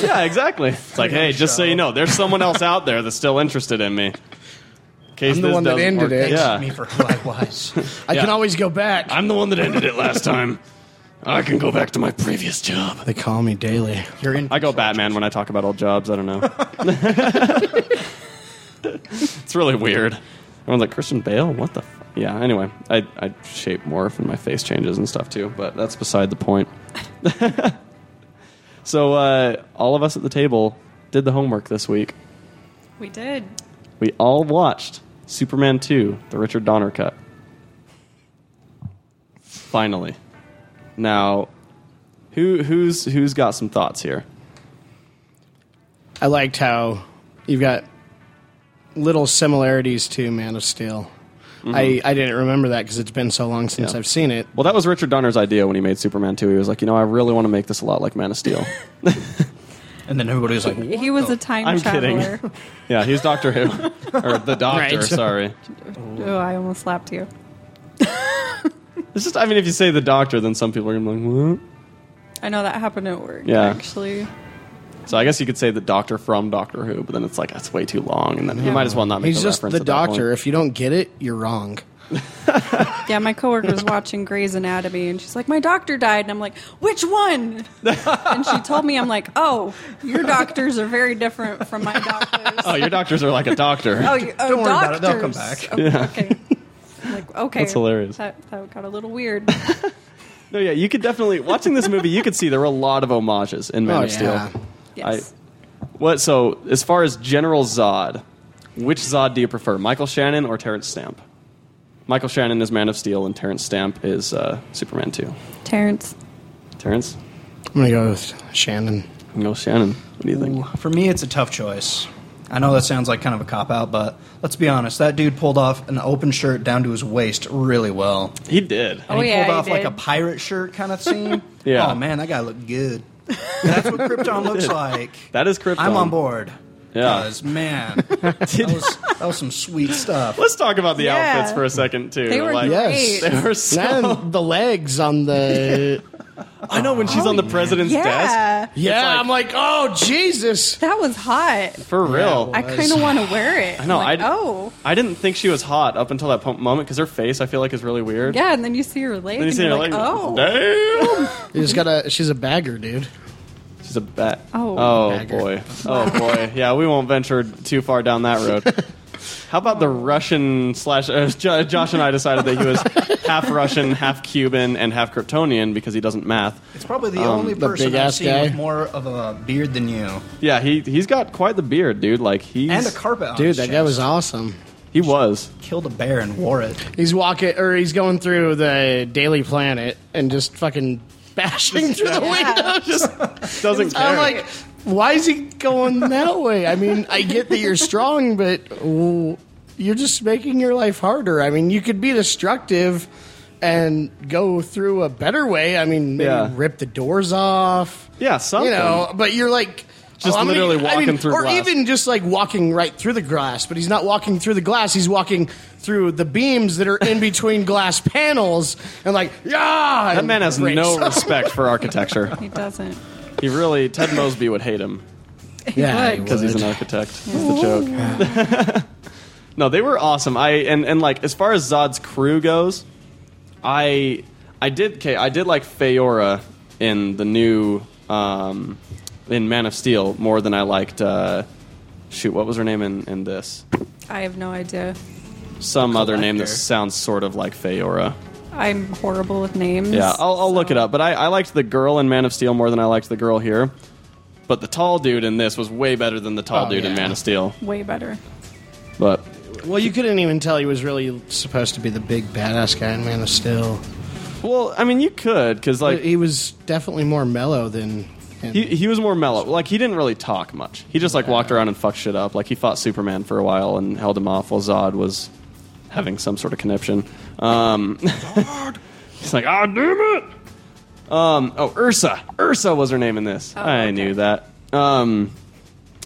Speaker 1: yeah, exactly. It's like, hey, just so you know, there's someone else out there that's still interested in me. In case
Speaker 2: I'm the
Speaker 1: this
Speaker 2: one that
Speaker 1: doesn't
Speaker 2: ended
Speaker 1: work-
Speaker 2: it.
Speaker 1: Yeah,
Speaker 4: Me for who I was.
Speaker 2: I
Speaker 1: Yeah.
Speaker 2: can always go back.
Speaker 1: I'm the one that ended it last time. I can go back to my previous job.
Speaker 2: They call me daily.
Speaker 4: You're in.
Speaker 1: I go Batman when I talk about old jobs. I don't know. it's really weird. Everyone's like Christian Bale. What the? F-? Yeah. Anyway, I I shape morph and my face changes and stuff too. But that's beside the point. so uh, all of us at the table did the homework this week.
Speaker 3: We did.
Speaker 1: We all watched Superman 2, the Richard Donner cut. Finally. Now, who who's who's got some thoughts here?
Speaker 2: I liked how you've got little similarities to Man of Steel. I, I didn't remember that because it's been so long since
Speaker 1: Mm-hmm. Yeah.
Speaker 2: I've seen it.
Speaker 1: Well, that was Richard Donner's idea when he made Superman 2. He was like, "You know, I really want to make this a lot like Man of Steel."
Speaker 4: And then everybody was like,
Speaker 3: He was a time
Speaker 1: I'm kidding.
Speaker 3: traveler.
Speaker 1: yeah, he's Doctor Who or the Doctor,
Speaker 2: Right.
Speaker 1: sorry.
Speaker 3: oh, I almost slapped you.
Speaker 1: It's just I mean, if you say the Doctor, then some people are going to be like, "What?"
Speaker 3: I know that happened at work.
Speaker 1: Yeah.
Speaker 3: actually,
Speaker 1: So I guess you could say the Doctor from Doctor Who, but then it's like that's way too long and then he
Speaker 3: Yeah.
Speaker 1: might as well not make
Speaker 2: He's
Speaker 1: the
Speaker 2: just
Speaker 1: reference
Speaker 2: the
Speaker 1: at that point.
Speaker 2: doctor. If you don't get it, you're wrong.
Speaker 3: yeah. My coworker was watching Grey's Anatomy, and she's like, "My doctor died," and I'm like, "Which one?" and she told me, "I'm like, oh, your doctors are very different from my doctors."
Speaker 1: Oh, your doctors are like a doctor.
Speaker 3: Oh, you, oh
Speaker 4: Don't worry about
Speaker 3: doctors.
Speaker 4: it, they'll come
Speaker 3: Oh, Okay. I'm like, okay.
Speaker 1: That's hilarious.
Speaker 3: That, that got a little weird.
Speaker 1: No, yeah, you could definitely watching this movie. You could see there were a lot of homages in Man
Speaker 2: Oh,
Speaker 1: of Steel.
Speaker 2: yeah.
Speaker 3: Yes.
Speaker 1: What? So, as far as General Zod, which Zod do you prefer, Michael Shannon or Terrence Stamp? Michael Shannon is Man of Steel, and Terrence Stamp is uh, Superman Two.
Speaker 3: Terrence.
Speaker 1: Terrence,
Speaker 2: I'm gonna go with Shannon.
Speaker 1: no Shannon. What do you think?
Speaker 4: Ooh, For me, it's a tough choice. I know that sounds like kind of a cop out, but let's be honest. That dude pulled off an open shirt down to his waist really well.
Speaker 1: He did.
Speaker 3: Oh,
Speaker 4: he
Speaker 3: yeah, he
Speaker 4: pulled off like
Speaker 3: did.
Speaker 4: a pirate shirt kind of scene.
Speaker 1: Yeah.
Speaker 4: Oh man, that guy looked good. That's what Krypton looks like.
Speaker 1: That is Krypton.
Speaker 4: I'm on board.
Speaker 1: Yeah.
Speaker 4: Because, man, that was, that was some sweet stuff.
Speaker 1: Let's talk about the
Speaker 3: Yeah.
Speaker 1: outfits for a second too.
Speaker 3: They were
Speaker 1: Like,
Speaker 2: Yeah. Yes.
Speaker 3: great.
Speaker 1: They were so.
Speaker 2: And the legs on the
Speaker 1: I know when she's on the president's desk.
Speaker 3: Oh, Yeah.
Speaker 2: yeah. I'm like, oh Jesus.
Speaker 3: That was hot.
Speaker 1: For real,
Speaker 3: I kind of want to wear it. I
Speaker 1: know,
Speaker 3: Like,
Speaker 1: I'd-
Speaker 3: oh.
Speaker 1: I didn't think she was hot up until that po- moment because her face, I feel like, is really weird.
Speaker 3: Yeah, and then you see her leg,
Speaker 1: Then you
Speaker 3: and
Speaker 1: see
Speaker 3: you're
Speaker 1: her
Speaker 3: like,
Speaker 1: like,
Speaker 3: oh.
Speaker 1: damn.
Speaker 2: You just gotta. She's a bagger, dude.
Speaker 1: She's a bat.
Speaker 3: Oh.
Speaker 1: oh
Speaker 2: Bagger.
Speaker 1: boy. Oh boy. Yeah, we won't venture too far down that road. How about the Russian slash? Uh, Jo- Josh and I decided that he was half Russian, half Cuban, and half Kryptonian because he doesn't math.
Speaker 4: It's probably the only
Speaker 2: the
Speaker 4: person I've
Speaker 2: big-ass
Speaker 4: seen
Speaker 2: guy.
Speaker 4: with more of a beard than you.
Speaker 1: Yeah, he he's got quite the beard, dude. Like he's
Speaker 4: And a carpet on
Speaker 2: Dude,
Speaker 4: his
Speaker 2: that guy
Speaker 4: chest.
Speaker 2: was awesome.
Speaker 1: he was.
Speaker 4: Killed a bear and wore it.
Speaker 2: He's walking, or he's going through the Daily Planet and just fucking bashing through the
Speaker 3: Yeah.
Speaker 2: window. Just
Speaker 1: Doesn't care.
Speaker 2: I'm uh, like, why is he going that way? I mean, I get that you're strong, but w- you're just making your life harder. I mean, you could be destructive and go through a better way. I mean, maybe
Speaker 1: Yeah.
Speaker 2: rip the doors off.
Speaker 1: yeah, something.
Speaker 2: You know, but you're like.
Speaker 1: Just
Speaker 2: I'm
Speaker 1: literally walking through
Speaker 2: or
Speaker 1: glass.
Speaker 2: even just like walking right through the glass. But he's not walking through the glass; he's walking through the beams that are in between glass panels, and like, yeah.
Speaker 1: that man has no respect for architecture.
Speaker 3: He doesn't.
Speaker 1: He really Ted Mosby would hate him.
Speaker 2: Yeah,
Speaker 3: But-
Speaker 1: because he's an architect. That's the joke. no, they were awesome. I and and like as far as Zod's crew goes, I I did okay, I did like Feyora in the new um, in Man of Steel more than I liked. Uh, shoot, what was her name in in this?
Speaker 3: I have no idea.
Speaker 1: Some other name that
Speaker 4: Collector.
Speaker 1: sounds sort of like Feyora.
Speaker 3: I'm horrible with names.
Speaker 1: Yeah, I'll, I'll look it up. But I, I liked the girl in Man of Steel more than I liked the girl here. But the tall dude in this was way better than the tall
Speaker 2: Oh,
Speaker 1: dude in
Speaker 2: yeah.
Speaker 1: Man of Steel.
Speaker 3: Way better.
Speaker 1: But
Speaker 2: Well, you couldn't even tell he was really supposed to be the big badass guy in Man of Steel.
Speaker 1: Well, I mean, you could because like he,
Speaker 2: he was definitely more mellow than. him.
Speaker 1: he was more mellow. Like he didn't really talk much. He just like walked around and fucked shit up. Like he fought Superman for a while and held him off while Zod was having some sort of conniption. Um, He's like, ah, damn it. Um, oh, Ursa. Ursa was her name in this.
Speaker 3: Oh,
Speaker 1: I
Speaker 3: okay.
Speaker 1: knew that. Um,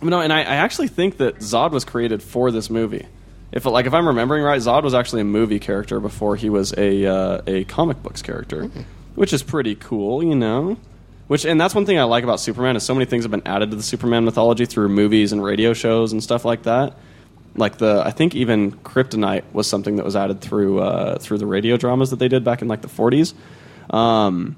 Speaker 1: but no, and I, I actually think that Zod was created for this movie. If like if I'm remembering right, Zod was actually a movie character before he was a uh, a comic books character,
Speaker 3: Hmm.
Speaker 1: which is pretty cool, you know. Which and that's one thing I like about Superman is so many things have been added to the Superman mythology through movies and radio shows and stuff like that. Like the I think even Kryptonite was something that was added through uh, through the radio dramas that they did back in like the 40s. Um,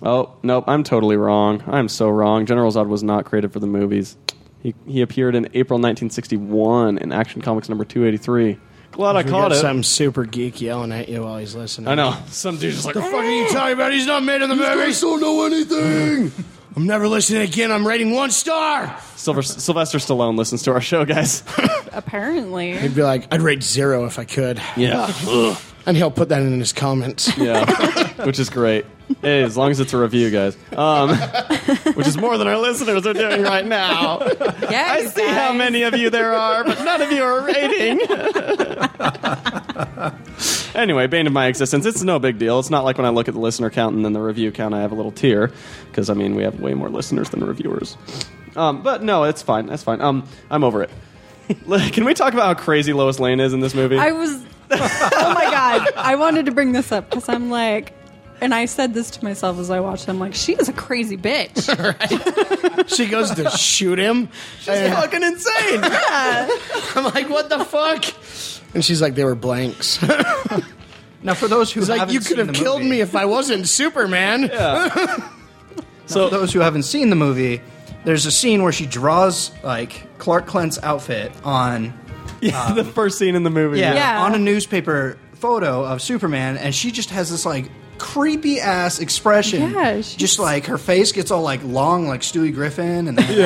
Speaker 1: Oh nope, I'm totally wrong. I'm so wrong. General Zod was not created for the movies. He he appeared in April 1961 in Action Comics number 283. Glad I
Speaker 2: We
Speaker 1: caught
Speaker 2: got
Speaker 1: it.
Speaker 2: Some super geek yelling at you while he's listening.
Speaker 1: I know some dude's just like
Speaker 2: The fuck are you talking about? He's not made of the movie. I don't know anything. I'm never listening again. I'm rating one star.
Speaker 1: Silver, Sylvester Stallone listens to our show, guys.
Speaker 3: Apparently.
Speaker 2: He'd be like, I'd rate zero if I could.
Speaker 1: Yeah,
Speaker 2: And he'll put that in his comments.
Speaker 1: yeah, which is great. Hey, as long as it's a review, guys. Um, which is more than our listeners are doing right now.
Speaker 3: Yeah,
Speaker 1: I
Speaker 3: you
Speaker 1: see how
Speaker 3: guys.
Speaker 1: many of you there are, but none of you are rating. anyway, bane of my existence. It's no big deal. It's not like when I look at the listener count and then the review count, I have a little tear because I mean we have way more listeners than reviewers. Um, but no, it's fine. That's fine. Um, I'm over it. Can we talk about how crazy Lois Lane is in this movie?
Speaker 3: I was. oh my god! I wanted to bring this up because I'm like, and I said this to myself as I watched. I'm like, she is a crazy bitch.
Speaker 2: she goes to shoot him. And
Speaker 1: fucking insane.
Speaker 2: I'm like, what the fuck? And she's like, they were blanks.
Speaker 4: Now, for those who
Speaker 2: It's like,
Speaker 4: haven't
Speaker 2: you could
Speaker 4: seen
Speaker 2: have
Speaker 4: the
Speaker 2: killed
Speaker 4: movie-
Speaker 2: me if I wasn't Superman.
Speaker 1: so
Speaker 4: For those who haven't seen the movie, there's a scene where she draws like Clark Kent's outfit on
Speaker 1: yeah, the first scene in the movie.
Speaker 4: yeah,
Speaker 3: Yeah.
Speaker 4: on a newspaper photo of Superman, and she just has this like creepy ass expression.
Speaker 3: Yeah, she's-
Speaker 4: just like her face gets all like long, like Stewie Griffin, and then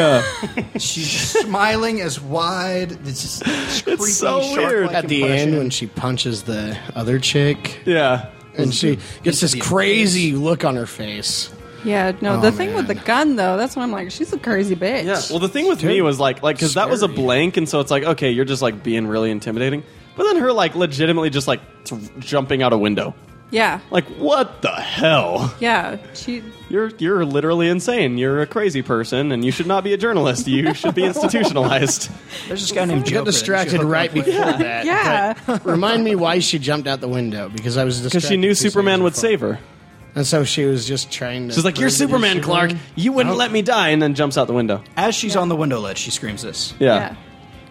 Speaker 1: yeah.
Speaker 4: she's just smiling as wide. It's just it's creepy,
Speaker 1: so
Speaker 4: shark-like
Speaker 1: weird.
Speaker 2: At the
Speaker 4: impression.
Speaker 2: end, when she punches the other chick,
Speaker 1: yeah.
Speaker 2: and she gets this
Speaker 4: the
Speaker 2: crazy look on her face.
Speaker 3: Yeah, no. the
Speaker 2: Oh,
Speaker 3: thing with the
Speaker 2: man.
Speaker 3: gun, though, that's when I'm like, she's a crazy bitch.
Speaker 1: Yeah. Well, the thing with me
Speaker 2: Dude,
Speaker 1: was like, like, because that was a
Speaker 2: scary.
Speaker 1: blank, and so it's like, okay, you're just like being really intimidating. But then her like legitimately just like th- jumping out a window.
Speaker 3: yeah,
Speaker 1: Like, what the hell?
Speaker 3: yeah. She.
Speaker 1: You're you're literally insane. You're a crazy person, and you should not be a journalist. You should be institutionalized.
Speaker 4: there's this guy named
Speaker 2: You
Speaker 4: Joker.
Speaker 2: got
Speaker 4: that should
Speaker 2: distracted
Speaker 4: hook
Speaker 2: right
Speaker 4: up with.
Speaker 2: before that.
Speaker 3: Yeah.
Speaker 2: but Remind me why she jumped out the window because I was distracted.
Speaker 1: Because she knew
Speaker 2: two seconds
Speaker 1: Superman would
Speaker 2: before.
Speaker 1: save her.
Speaker 2: and so she was just trying to.
Speaker 1: She's like, "You're
Speaker 2: prove that
Speaker 1: Superman,
Speaker 2: should
Speaker 1: Clark.
Speaker 2: win."
Speaker 1: You wouldn't
Speaker 2: Nope.
Speaker 1: let me die," and then jumps out the window.
Speaker 4: As she's on the window ledge, she screams this.
Speaker 1: Yeah.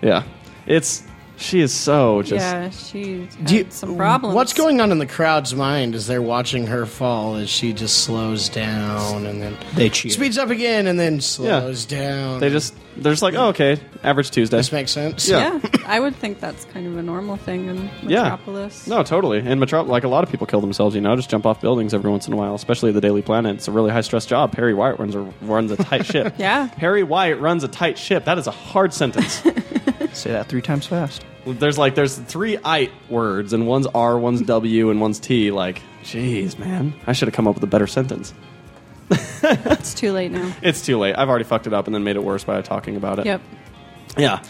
Speaker 1: Yeah. It's she is so just.
Speaker 3: Yeah, she had
Speaker 2: Do you-
Speaker 3: some problems.
Speaker 2: What's going on in the crowd's mind as they're watching her fall? As she just slows down and then
Speaker 4: They cheer.
Speaker 2: speeds up again and then slows down.
Speaker 1: They just they're just like, oh, okay, average Tuesday.
Speaker 2: this makes sense.
Speaker 1: Yeah.
Speaker 3: Yeah, I would think that's kind of a normal thing in
Speaker 1: Yeah.
Speaker 3: Metropolis.
Speaker 1: No, totally. And Metro, like a lot of people kill themselves, you know, just jump off buildings every once in a while, especially the Daily Planet. It's a really high stress job. Harry Wyatt runs a, runs a tight ship.
Speaker 3: Yeah.
Speaker 1: Harry Wyatt runs a tight ship. That is a hard sentence.
Speaker 4: Say that three times fast.
Speaker 1: there's like there's three "ite" words, and one's R, one's W, and one's T. Like, jeez, man, I should have come up with a better sentence.
Speaker 3: It's too late now.
Speaker 1: It's too late. I've already fucked it up and then made it worse by talking about it.
Speaker 3: Yep.
Speaker 1: Yeah.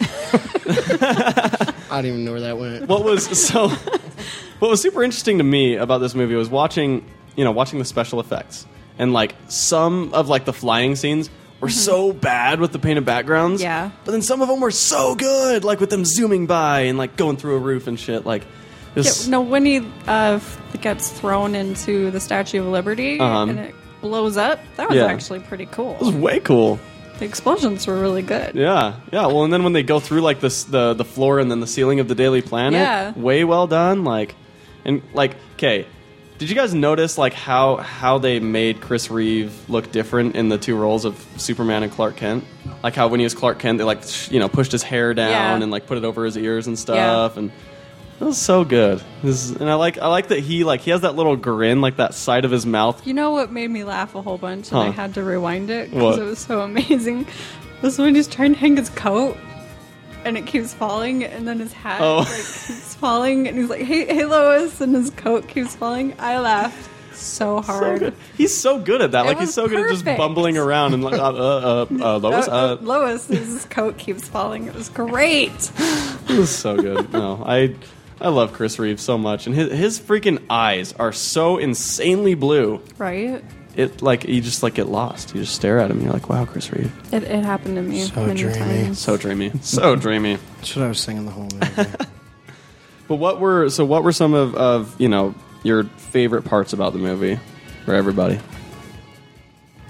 Speaker 2: I don't even know where that went.
Speaker 1: what was so what was super interesting to me about this movie was watching you know watching the special effects and like some of like the flying scenes were so bad with the painted backgrounds
Speaker 3: Mm-hmm. Yeah.
Speaker 1: but then some of them were so good like with them zooming by and like going through a roof and shit like it
Speaker 3: Yeah,
Speaker 1: was,
Speaker 3: no, when he uh, f- gets thrown into the Statue of Liberty
Speaker 1: Uh-huh.
Speaker 3: and it blows up, that was
Speaker 1: Yeah.
Speaker 3: actually pretty
Speaker 1: it was
Speaker 3: cool.
Speaker 1: way cool
Speaker 3: The explosions were really good.
Speaker 1: yeah yeah well and then when they go through like this the the floor and then the ceiling of the daily planet
Speaker 3: Yeah.
Speaker 1: way well done like and like okay did you guys notice like how how they made chris reeve look different in the two roles of superman and clark kent like how when he was clark kent they like sh- you know pushed his hair down
Speaker 3: Yeah.
Speaker 1: and like put it over his ears and stuff and it was so good This is- and i like i like that he like he has that little grin like that side of his mouth
Speaker 3: You know what made me laugh a whole bunch, and I
Speaker 1: Huh.
Speaker 3: had to rewind it because
Speaker 1: What?
Speaker 3: it was so amazing. Was when he's trying to hang his coat, and it keeps falling, and then his hat
Speaker 1: Oh.
Speaker 3: like, keeps falling, and he's like, "Hey, hey, Lois," and his coat keeps falling. I laughed
Speaker 1: So
Speaker 3: so hard.
Speaker 1: good. He's so good at that.
Speaker 3: It
Speaker 1: like he's
Speaker 3: was
Speaker 1: so good at just
Speaker 3: perfect.
Speaker 1: bumbling around and like uh, uh, uh, uh, Lois.
Speaker 3: Uh,
Speaker 1: Uh,
Speaker 3: uh, Lois, his coat keeps falling. It was great.
Speaker 1: It was so good. No, I I love Chris Reeve so much, and his his freaking eyes are so insanely blue.
Speaker 3: right?
Speaker 1: It like you just like get lost. You just stare at him. And you're like, wow, Chris Reeve,
Speaker 3: It, it happened to me
Speaker 2: So
Speaker 3: many
Speaker 2: dreamy.
Speaker 3: times.
Speaker 1: so dreamy, so dreamy.
Speaker 2: That's what I was singing the whole movie.
Speaker 1: But what were so? What were some of of you know your favorite parts about the movie for everybody?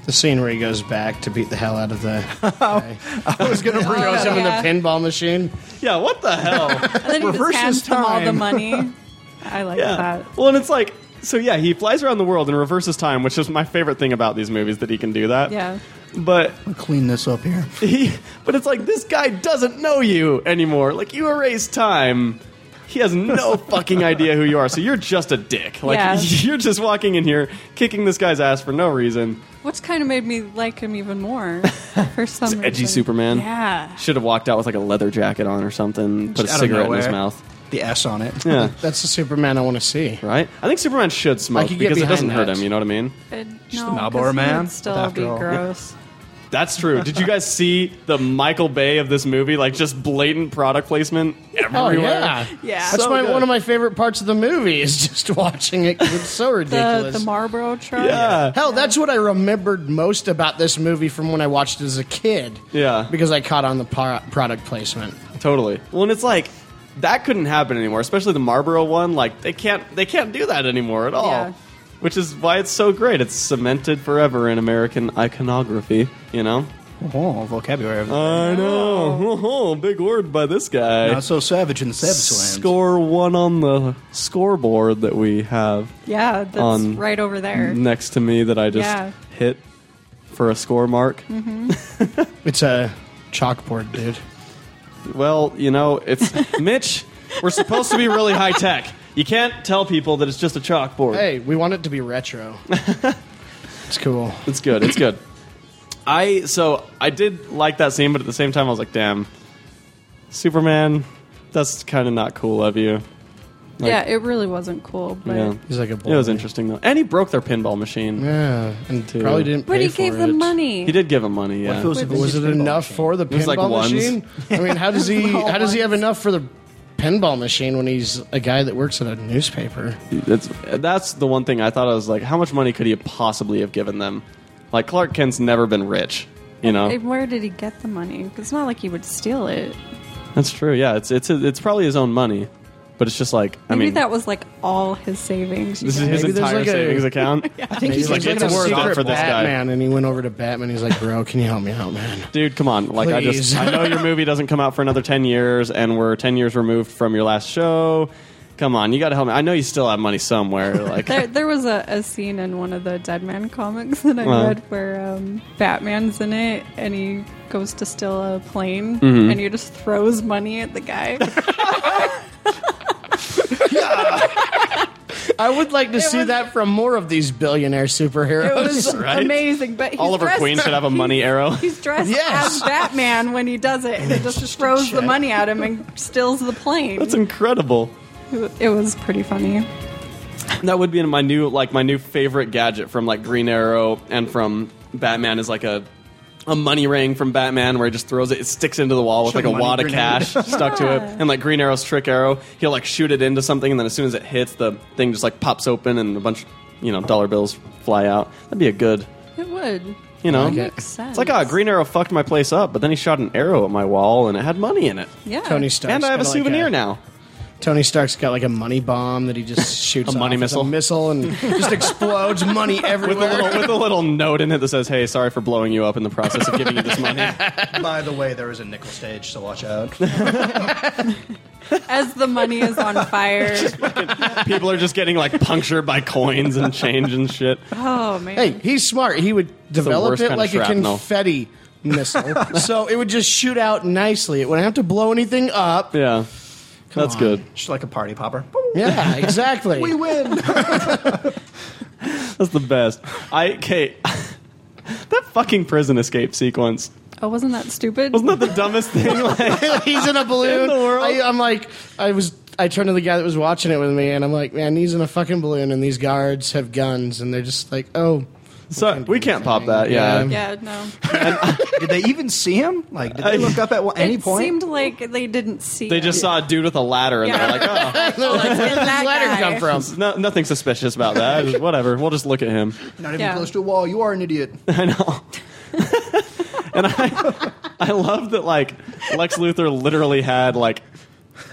Speaker 2: the scene where he goes back to beat the hell out of the. guy.
Speaker 4: I was gonna bring
Speaker 3: Oh,
Speaker 2: Throws him
Speaker 3: yeah.
Speaker 2: in the pinball machine.
Speaker 1: Yeah, what the hell?
Speaker 3: And then he just
Speaker 4: Reverse
Speaker 3: hands
Speaker 4: his
Speaker 3: them all the
Speaker 4: time.
Speaker 3: money. I like
Speaker 1: Yeah.
Speaker 3: that.
Speaker 1: Well, and it's like so. Yeah, he flies around the world and reverses time, which is my favorite thing about these movies that he can do that.
Speaker 3: Yeah.
Speaker 1: But
Speaker 4: clean this up here.
Speaker 1: he, but it's like this guy doesn't know you anymore. Like you erase time. He has no fucking idea who you are. So you're just a dick. Like
Speaker 3: Yeah.
Speaker 1: you're just walking in here kicking this guy's ass for no reason.
Speaker 3: Which kind of made me like him even more for some reason.
Speaker 1: Edgy Superman.
Speaker 3: Yeah.
Speaker 1: Should have walked out with like a leather jacket on or something. Put a
Speaker 4: Just out of
Speaker 1: cigarette in his
Speaker 4: nowhere.
Speaker 1: mouth.
Speaker 4: The S on it.
Speaker 1: Yeah.
Speaker 2: That's the Superman I want to see.
Speaker 1: Right. I think Superman should smoke
Speaker 2: could get
Speaker 1: because it doesn't
Speaker 2: behind
Speaker 1: hurt
Speaker 2: that.
Speaker 1: him. You know what I mean?
Speaker 3: It,
Speaker 4: Just
Speaker 3: Uh, no,
Speaker 4: the Marlboro
Speaker 3: 'cause he
Speaker 4: Man,
Speaker 3: would still
Speaker 4: after
Speaker 3: be
Speaker 4: all.
Speaker 3: gross.
Speaker 1: That's true. Did you guys see the Michael Bay of this movie? Like just blatant product placement
Speaker 2: Oh
Speaker 1: everywhere.
Speaker 2: yeah,
Speaker 3: Yeah.
Speaker 2: That's
Speaker 1: So
Speaker 2: my,
Speaker 1: good.
Speaker 2: one of my favorite parts of the movie is just watching it. 'cause It's so
Speaker 3: The,
Speaker 2: ridiculous.
Speaker 3: the Marlboro truck.
Speaker 1: Yeah.
Speaker 2: Hell, that's what I remembered most about this movie from when I watched it as a kid.
Speaker 1: Yeah.
Speaker 2: because I caught on the par- product placement.
Speaker 1: Totally. Well, and it's like that couldn't happen anymore, especially the Marlboro one. Like they can't they can't do that anymore at all.
Speaker 3: Yeah.
Speaker 1: Which is why it's so great. It's cemented forever in American iconography, you know?
Speaker 4: Oh, vocabulary of the
Speaker 1: I know. Oh, Big word by this guy.
Speaker 4: Not so savage in the savage lands.
Speaker 1: Score one on the scoreboard that we have
Speaker 3: Yeah, that's
Speaker 1: On-
Speaker 3: right over there.
Speaker 1: next to me that I just
Speaker 3: Yeah.
Speaker 1: hit for a score mark.
Speaker 2: It's a chalkboard, dude.
Speaker 1: Well, you know, it's Mitch. We're supposed to be really high tech. You can't tell people that it's just a chalkboard.
Speaker 2: Hey, we want it to be retro. it's cool.
Speaker 1: It's good. It's good. I so I did like that scene, but at the same time, I was like, "Damn, Superman, that's kind of not cool of you." Like-
Speaker 3: yeah, it really wasn't cool, but
Speaker 1: Yeah,
Speaker 2: He's like a boy.
Speaker 1: it was interesting though, and he broke their pinball machine.
Speaker 2: Yeah, and probably didn't.
Speaker 3: but
Speaker 2: pay
Speaker 3: he
Speaker 2: for
Speaker 3: gave
Speaker 2: it.
Speaker 3: them money.
Speaker 1: He did give him money.
Speaker 4: What
Speaker 1: Yeah,
Speaker 4: if it was a
Speaker 2: But was it
Speaker 4: vintage pinball
Speaker 2: enough
Speaker 4: machine?
Speaker 2: for the
Speaker 1: was
Speaker 2: pinball
Speaker 1: like ones.
Speaker 2: machine? I mean, how does he? How does he have enough for the pinball machine when he's a guy that works at a newspaper?
Speaker 1: that's that's the one thing I thought I was like, "How much money could he possibly have given them?" Like Clark Kent's never been rich, you know.
Speaker 3: And where did he get the money? 'Cause It's not like he would steal it.
Speaker 1: That's true. Yeah, it's it's it's probably his own money, but it's just like I
Speaker 3: Maybe
Speaker 1: mean,
Speaker 3: that was like all his savings. you
Speaker 1: this is
Speaker 3: guys.
Speaker 1: his
Speaker 2: Maybe there's
Speaker 1: entire
Speaker 2: like a-
Speaker 1: savings account.
Speaker 4: I think
Speaker 2: He's
Speaker 4: he's
Speaker 1: like,
Speaker 4: like,
Speaker 1: it's
Speaker 4: a
Speaker 1: worth it
Speaker 4: secret
Speaker 1: for this guy.
Speaker 2: Batman, and he went over to Batman. He's like, "Bro, can you help me out, man?"
Speaker 1: Dude, come on. Like I just
Speaker 2: Please.
Speaker 1: I know your movie doesn't come out for another 10 years and we're 10 years removed from your last show. Come on, you got to help me. I know you still have money somewhere like
Speaker 3: There, there was a, a scene in one of the Dead Man comics that I
Speaker 1: Wow.
Speaker 3: read where um, Batman's in it and he goes to steal a plane
Speaker 1: Mm-hmm.
Speaker 3: and he just throws money at the guy.
Speaker 2: I would like to see
Speaker 3: was-
Speaker 2: that from more of these billionaire
Speaker 3: It
Speaker 2: superheroes.
Speaker 3: was
Speaker 1: Right?
Speaker 3: amazing. But he's
Speaker 1: Oliver
Speaker 3: dressed,
Speaker 1: Queen should have a money arrow.
Speaker 3: He's dressed
Speaker 2: Yes.
Speaker 3: as Batman when he does it, and it just throws the
Speaker 2: check.
Speaker 3: money at him and steals the plane.
Speaker 1: That's incredible.
Speaker 3: it was pretty funny.
Speaker 1: That would be my new like my new favorite gadget from like Green Arrow and from Batman is like a a money ring from Batman where he just throws it, it sticks into the wall with like a
Speaker 4: Money
Speaker 1: wad of
Speaker 4: grenade.
Speaker 1: cash stuck to it,
Speaker 3: Yeah.
Speaker 1: and like Green Arrow's trick arrow, he'll like shoot it into something, and then as soon as it hits, the thing just like pops open and a bunch, you know, dollar bills fly out. That'd be a good,
Speaker 3: It would.
Speaker 1: you know,
Speaker 2: like it.
Speaker 3: Makes sense.
Speaker 1: it's like ah, Green Arrow fucked my place up, but then he shot an arrow at my wall and it had money in it,
Speaker 3: Yeah.
Speaker 2: Tony Stark,
Speaker 1: and I have a souvenir now.
Speaker 2: Tony Stark's got like a money bomb that he just shoots
Speaker 1: A money
Speaker 2: off. It's
Speaker 1: missile.
Speaker 2: missile, and just explodes money
Speaker 1: With a,
Speaker 2: everywhere.
Speaker 1: little, with a little note in it that says, "Hey, sorry for blowing you up in the process of giving you this money."
Speaker 4: By the way, there is a nickel stage, so watch out.
Speaker 3: As the money is on fire.
Speaker 1: People are just getting like punctured by coins and change and shit.
Speaker 3: Oh, man.
Speaker 2: Hey, he's smart. He would develop
Speaker 1: worst
Speaker 2: it
Speaker 1: kind of
Speaker 2: like a
Speaker 1: shrapnel.
Speaker 2: confetti missile, so it would just shoot out nicely. It wouldn't have to blow anything up.
Speaker 1: Yeah, that's
Speaker 2: on.
Speaker 1: good.
Speaker 4: Just like a party popper.
Speaker 2: Yeah, exactly.
Speaker 4: We win.
Speaker 1: That's the best. I Kate, that fucking prison escape sequence
Speaker 3: Oh, wasn't that stupid?
Speaker 1: wasn't that the dumbest thing? Like,
Speaker 2: he's in a balloon.
Speaker 1: In the world.
Speaker 2: I, I'm like, I was. I turned to the guy that was watching it with me, and I'm like, man, he's in a fucking balloon, and these guards have guns, and they're just like, oh,
Speaker 1: So we can't pop that. Yeah.
Speaker 3: Yeah, no.
Speaker 4: did they even see him? Like, did they look up at any
Speaker 3: it
Speaker 4: point?
Speaker 3: seemed like they didn't see.
Speaker 1: They just saw a dude with a ladder, and
Speaker 3: Yeah.
Speaker 1: they're like, "Oh,
Speaker 3: saw like,
Speaker 2: Where did this letter come from?
Speaker 1: it's no, nothing suspicious about that. Just whatever. We'll just look at him."
Speaker 4: Not even
Speaker 3: Yeah.
Speaker 4: close to a wall. You are an idiot.
Speaker 1: I know. and I, I love that like Lex Luthor literally had like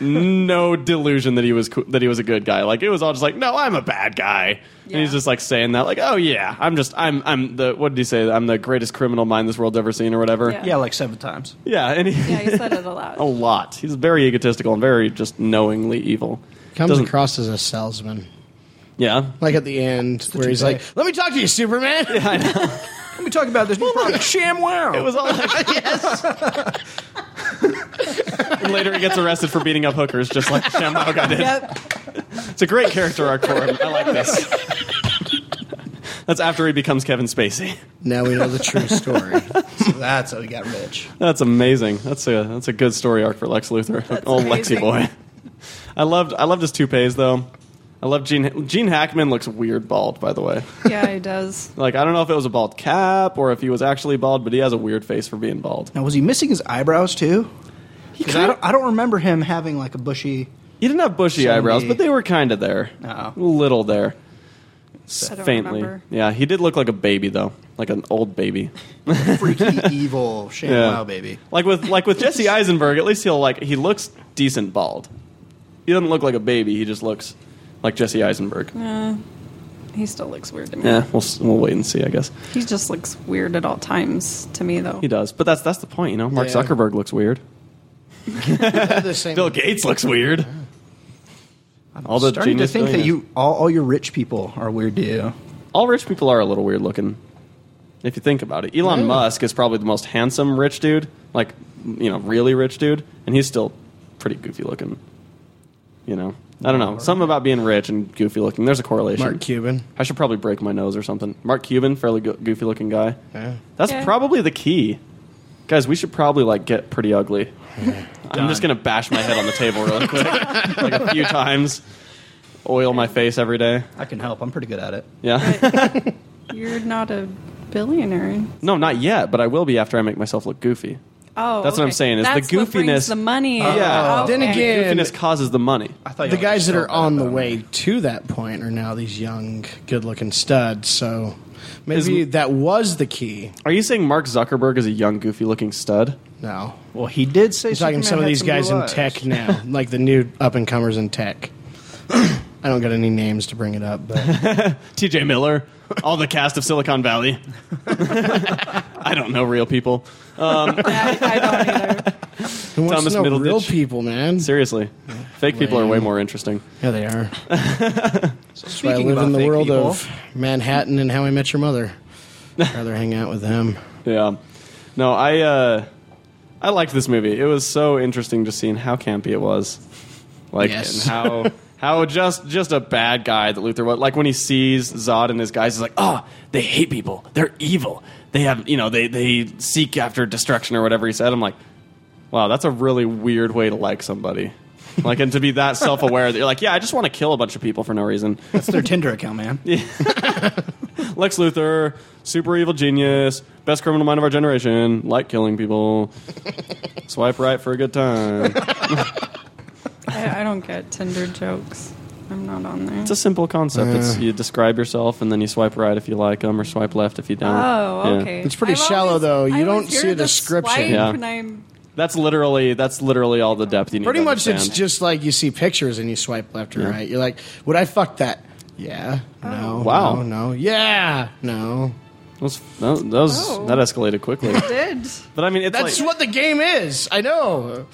Speaker 1: no delusion that he was coo- that he was a good guy. Like it was all just like, no, I'm a bad guy, and he's
Speaker 3: Yeah.
Speaker 1: just like saying that, like, oh yeah, I'm just I'm I'm the what did he say? I'm the greatest criminal mind this world's ever seen, or whatever.
Speaker 3: Yeah.
Speaker 4: Yeah, like seven times.
Speaker 1: Yeah, and he,
Speaker 3: Yeah, you said it aloud.
Speaker 1: a lot. He's very egotistical and very just knowingly evil.
Speaker 2: Comes
Speaker 1: Doesn't-
Speaker 2: across as a salesman.
Speaker 1: Yeah,
Speaker 2: Like at the end, where he's
Speaker 4: today.
Speaker 2: like, "Let me talk to you, Superman."
Speaker 4: Let me talk about this new product, ShamWow.
Speaker 1: It was all like, yes. and later he gets arrested for beating up hookers, just like Shamrock got did.
Speaker 3: Yep.
Speaker 1: It's a great character arc for him. I like this. That's after he becomes Kevin Spacey.
Speaker 2: Now we know the true story.
Speaker 4: So that's how he got rich.
Speaker 1: That's amazing. That's a that's a good story arc for Lex Luthor, old
Speaker 3: amazing.
Speaker 1: Lexi boy. I loved I loved his toupees though. I love Gene Gene Hackman looks weird bald by the way.
Speaker 3: Yeah, he does.
Speaker 1: Like I don't know if it was a bald cap or if he was actually bald, but he has a weird face for being bald.
Speaker 4: Now, was he missing his eyebrows too? Because I don't, I don't remember him having like a bushy.
Speaker 1: He didn't have bushy
Speaker 4: Shiny.
Speaker 1: eyebrows, but they were kind of there. A
Speaker 4: Uh-oh.
Speaker 1: little there.
Speaker 3: I don't
Speaker 1: Faintly.
Speaker 3: remember.
Speaker 1: Yeah, he did look like a baby though, like an old baby.
Speaker 4: freaky evil Shane
Speaker 1: Yeah.
Speaker 4: Wow baby.
Speaker 1: Like with like with Jesse Eisenberg, at least he'll like he looks decent bald. He doesn't look like a baby. He just looks like Jesse Eisenberg. Yeah,
Speaker 3: He still looks weird to me.
Speaker 1: we'll s- we'll wait and see, I guess.
Speaker 3: He just looks weird at all times to me, though.
Speaker 1: He does, but that's that's the point, you know. Mark
Speaker 2: Yeah.
Speaker 1: Zuckerberg looks weird.
Speaker 2: the same.
Speaker 1: Bill Gates looks weird.
Speaker 4: I'm
Speaker 1: All the
Speaker 4: starting to
Speaker 1: genius
Speaker 4: think that
Speaker 1: billionaires.
Speaker 4: you all, all your rich people are weird to you.
Speaker 1: All rich people are a little weird looking. If you think about it, Elon
Speaker 2: Yeah.
Speaker 1: Musk is probably the most handsome rich dude, like you know, really rich dude, and he's still pretty goofy looking. You know, I don't know, something about being rich and goofy looking. There's a correlation.
Speaker 2: Mark Cuban.
Speaker 1: I should probably break my nose or something. Mark Cuban, fairly go- goofy looking guy.
Speaker 2: Yeah.
Speaker 1: That's
Speaker 3: Yeah.
Speaker 1: probably the key. Guys, we should probably like get pretty ugly. I'm just gonna bash my head on the table really quick, like a few times. Oil my face every day.
Speaker 4: I can help. I'm pretty good at it.
Speaker 1: Yeah.
Speaker 3: But you're not a billionaire.
Speaker 1: No, not yet, but I will be after I make myself look goofy.
Speaker 3: Oh,
Speaker 1: That's what I'm
Speaker 3: okay.
Speaker 1: saying, is the
Speaker 3: That's what brings
Speaker 1: goofiness-
Speaker 3: the money. in. Oh,
Speaker 1: yeah.
Speaker 2: Then
Speaker 3: Okay.
Speaker 2: again- And-
Speaker 1: Goofiness causes the money.
Speaker 4: I thought
Speaker 2: The
Speaker 4: y'all
Speaker 2: guys
Speaker 4: were
Speaker 2: that are
Speaker 4: so
Speaker 2: on
Speaker 4: bad
Speaker 2: the
Speaker 4: about
Speaker 2: way to that point are now these young, good-looking studs. So maybe
Speaker 1: Is-
Speaker 2: that was the key.
Speaker 1: Are you saying Mark Zuckerberg is a young, goofy looking stud?
Speaker 2: No,
Speaker 4: it. Well, he did say
Speaker 2: I'm talking
Speaker 4: Superman
Speaker 2: some of
Speaker 4: had
Speaker 2: these guys
Speaker 4: blue
Speaker 2: in
Speaker 4: eyes.
Speaker 2: tech now, like the new up-and-comers in tech. I don't got any names to bring it up, but
Speaker 1: TJ Miller, all the cast of Silicon Valley. I don't know real people.
Speaker 3: Yeah, I I don't either.
Speaker 2: who wants
Speaker 1: Thomas
Speaker 2: to know
Speaker 1: Middleditch.
Speaker 2: real people, man?
Speaker 1: Seriously, fake people are way
Speaker 2: Lame.
Speaker 1: more interesting.
Speaker 2: Yeah, they are. That's why I
Speaker 4: Speaking
Speaker 2: live
Speaker 4: about
Speaker 2: in the
Speaker 4: fake
Speaker 2: world
Speaker 4: people,
Speaker 2: of Manhattan and How I Met Your Mother. I'd rather hang out with them.
Speaker 1: Yeah. No, I uh, I liked this movie. It was so interesting just seeing how campy it was, like
Speaker 2: Yes.
Speaker 1: and how how just just a bad guy that Luther was. Like when he sees Zod and his guys, he's like, oh, they hate people. They're evil. They have you know they they seek after destruction or whatever he said. I'm like, wow, that's a really weird way to like somebody. like and to be that self aware that you're like, yeah, I just want to kill a bunch of people for no reason.
Speaker 4: That's their Tinder account, man.
Speaker 1: Lex Luthor, super evil genius, best criminal mind of our generation, like killing people. Swipe right for a good time.
Speaker 3: I, I don't get Tinder jokes. I'm not on there.
Speaker 1: It's a simple concept. It's you describe yourself and then you swipe right if you like them or swipe left if you don't.
Speaker 3: oh,
Speaker 1: Yeah.
Speaker 3: okay.
Speaker 2: It's pretty
Speaker 3: I've
Speaker 2: shallow,
Speaker 3: always-
Speaker 2: though. You
Speaker 3: I always
Speaker 2: don't see
Speaker 3: hear
Speaker 2: a
Speaker 3: the
Speaker 2: description.
Speaker 3: swipe,
Speaker 1: Yeah.
Speaker 3: and I'm-
Speaker 1: That's literally that's literally all the depth you need.
Speaker 2: Pretty
Speaker 1: to
Speaker 2: much, it's
Speaker 1: understand.
Speaker 2: just like you see pictures and you swipe left or right. You're like, would I fuck that? Yeah.
Speaker 1: Oh.
Speaker 2: No.
Speaker 1: Wow.
Speaker 2: No. no. Yeah. No.
Speaker 1: that was, that, that was-
Speaker 3: Oh.
Speaker 1: that escalated quickly.
Speaker 3: did.
Speaker 1: But I mean, it's
Speaker 2: That's
Speaker 1: like
Speaker 2: what the game is. I know.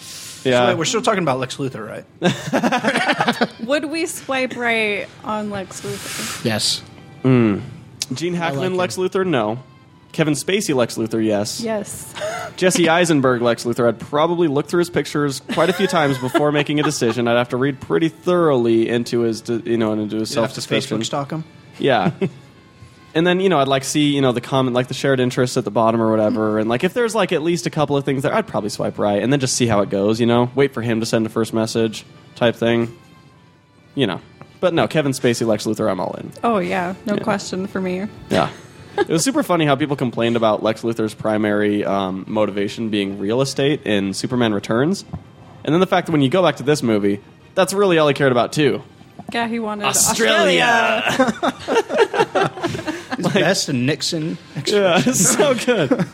Speaker 1: yeah.
Speaker 4: Wait, we're still talking about Lex Luthor, right?
Speaker 3: Would we swipe right on Lex Luthor?
Speaker 2: Yes.
Speaker 1: Gene Hackman,
Speaker 2: him.
Speaker 1: Lex Luthor, no. Kevin Spacey, Lex Luthor, yes.
Speaker 3: Yes.
Speaker 1: Jesse Eisenberg, Lex Luthor, I'd probably look through his pictures quite a few times before making a decision. I'd have to read pretty thoroughly into his, d- you know, into his
Speaker 4: You
Speaker 1: self
Speaker 4: have to Facebook
Speaker 1: description.
Speaker 4: stalk him.
Speaker 1: Yeah. And then you know I'd like see you know the comment like the shared interests at the bottom or whatever, and like if there's like at least a couple of things there, I'd probably swipe right and then just see how it goes. You know, wait for him to send a first message type thing. You know, but no, Kevin Spacey, Lex Luthor, I'm all in.
Speaker 3: Oh yeah, no
Speaker 1: Yeah.
Speaker 3: question for me.
Speaker 1: Yeah. it was super funny how people complained about Lex Luthor's primary um, motivation being real estate in Superman Returns, and then the fact that when you go back to this movie, that's really all he cared about too.
Speaker 3: Yeah, he wanted
Speaker 4: Best and Nixon.
Speaker 1: Yeah, it's so good.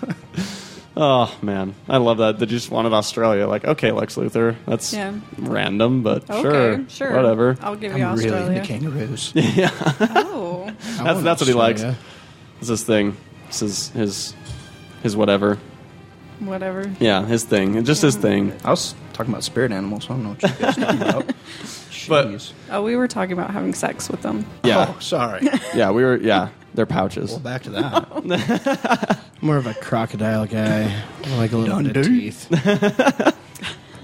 Speaker 1: Oh man, I love that. They just wanted Australia. Like, okay, Lex Luthor, that's
Speaker 3: Yeah.
Speaker 1: random, but
Speaker 3: Okay, sure,
Speaker 1: sure, whatever.
Speaker 3: I'll give you
Speaker 4: I'm
Speaker 3: Australia.
Speaker 4: really into kangaroos.
Speaker 3: Oh,
Speaker 1: That's, that's what he likes. It's this thing. This is his his whatever.
Speaker 3: whatever.
Speaker 1: Yeah, his thing. It's just his thing.
Speaker 4: I was talking about spirit animals. I don't know what you guys are talking about.
Speaker 1: But-
Speaker 4: Jeez.
Speaker 3: Oh, we were talking about having sex with them.
Speaker 1: Yeah,
Speaker 4: Oh, sorry.
Speaker 1: yeah. We were yeah. They're pouches.
Speaker 4: well, back to that.
Speaker 2: More of a crocodile guy. I like a little bit of
Speaker 4: Dundee.
Speaker 2: teeth.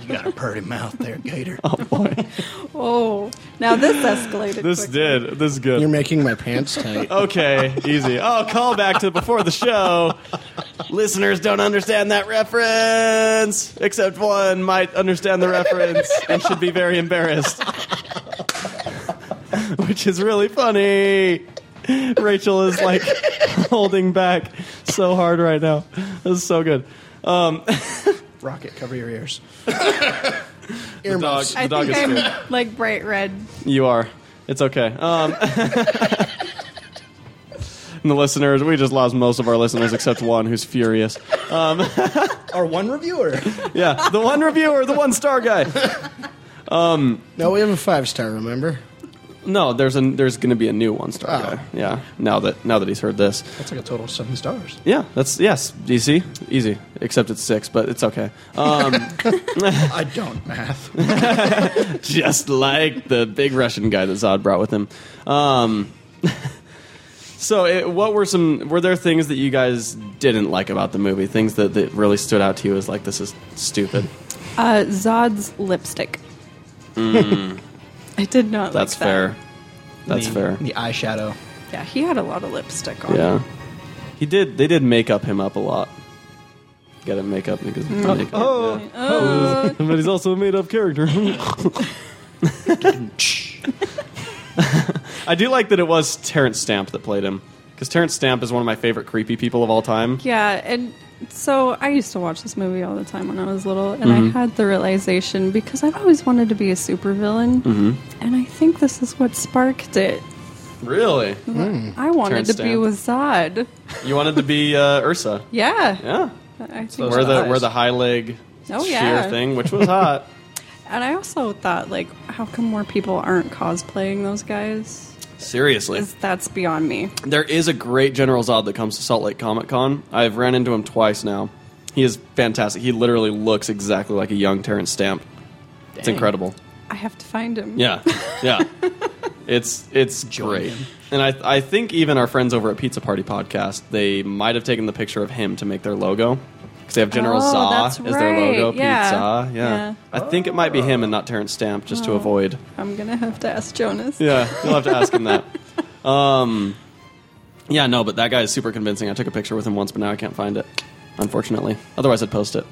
Speaker 4: You got a purty mouth there, Gator.
Speaker 1: Oh,
Speaker 3: Oh, now this escalated.
Speaker 1: This
Speaker 3: quickly.
Speaker 1: did. This is good.
Speaker 2: You're making my pants tight.
Speaker 1: okay, easy. Oh, call back to before the show. Listeners don't understand that reference, except one might understand the reference and should be very embarrassed, which is really funny. Rachel is like holding back so hard right now. This is so good.
Speaker 4: Rocket, cover your ears.
Speaker 2: Earmuffs.
Speaker 3: I
Speaker 1: The dog
Speaker 3: think
Speaker 1: is
Speaker 3: I'm
Speaker 1: scared.
Speaker 3: like bright red.
Speaker 1: You are. It's okay. Um, and the listeners, we just lost most of our listeners except one who's furious.
Speaker 4: Our one reviewer.
Speaker 1: Yeah, the one reviewer, the one star guy.
Speaker 2: No, we have a five star. Remember?
Speaker 1: No, there's a there's going to be a new one star
Speaker 2: Oh.
Speaker 1: guy. Yeah, now that now that he's heard this.
Speaker 4: That's like a total of seven stars.
Speaker 1: Yeah, that's yes, DC, easy. Except it's six, but it's okay. Um,
Speaker 4: I don't math.
Speaker 1: just like the big Russian guy that Zod brought with him. Um, so, it, what were some were there things that you guys didn't like about the movie? Things that, that really stood out to you as like this is stupid.
Speaker 3: Uh, Zod's lipstick. I did not.
Speaker 1: That's
Speaker 3: like that.
Speaker 1: fair. That's
Speaker 4: the,
Speaker 1: fair.
Speaker 4: The eyeshadow.
Speaker 3: Yeah, he had a lot of lipstick on.
Speaker 1: Yeah. He did they did make up him up a lot. Got him make up because make oh,
Speaker 3: Oh,
Speaker 1: but he's also a made up character. I do like that it was Terrence Stamp that played him because Terrence Stamp is one of my favorite creepy people of all time.
Speaker 3: Yeah, and so I used to watch this movie all the time when I was little, and
Speaker 1: Mm-hmm.
Speaker 3: I had the realization because I've always wanted to be a supervillain,
Speaker 1: Mm-hmm.
Speaker 3: and I think this is what sparked it.
Speaker 1: Really,
Speaker 3: I wanted
Speaker 1: Terrence
Speaker 3: to be
Speaker 1: Stamp.
Speaker 3: with Zod.
Speaker 1: you wanted to be uh, Ursa?
Speaker 3: Yeah,
Speaker 1: Yeah,
Speaker 3: I think
Speaker 1: wear the
Speaker 3: so.
Speaker 1: wear the high leg
Speaker 3: Oh,
Speaker 1: sheer
Speaker 3: yeah.
Speaker 1: thing, which was hot.
Speaker 3: And I also thought, like, how come more people aren't cosplaying those guys?
Speaker 1: Seriously,
Speaker 3: 'Cause that's beyond me.
Speaker 1: There is a great General Zod that comes to Salt Lake Comic Con. I've ran into him twice now. He is fantastic. He literally looks exactly like a young Terrence Stamp. It's incredible.
Speaker 3: I have to find him.
Speaker 1: Yeah, yeah. it's it's great. And I I think even our friends over at Pizza Party Podcast they might have taken the picture of him to make their logo because they have General
Speaker 3: Oh,
Speaker 1: Zod
Speaker 3: that's
Speaker 1: as their logo.
Speaker 3: right. Yeah. Oh.
Speaker 1: Pizza. Yeah.
Speaker 3: Yeah.
Speaker 1: I think it might be him and not Terrence Stamp just to avoid.
Speaker 3: I'm gonna have to ask Jonas.
Speaker 1: Yeah, you'll have to ask him that. Um, yeah, no, but that guy is super convincing. I took a picture with him once, but now I can't find it, unfortunately. Otherwise, I'd post it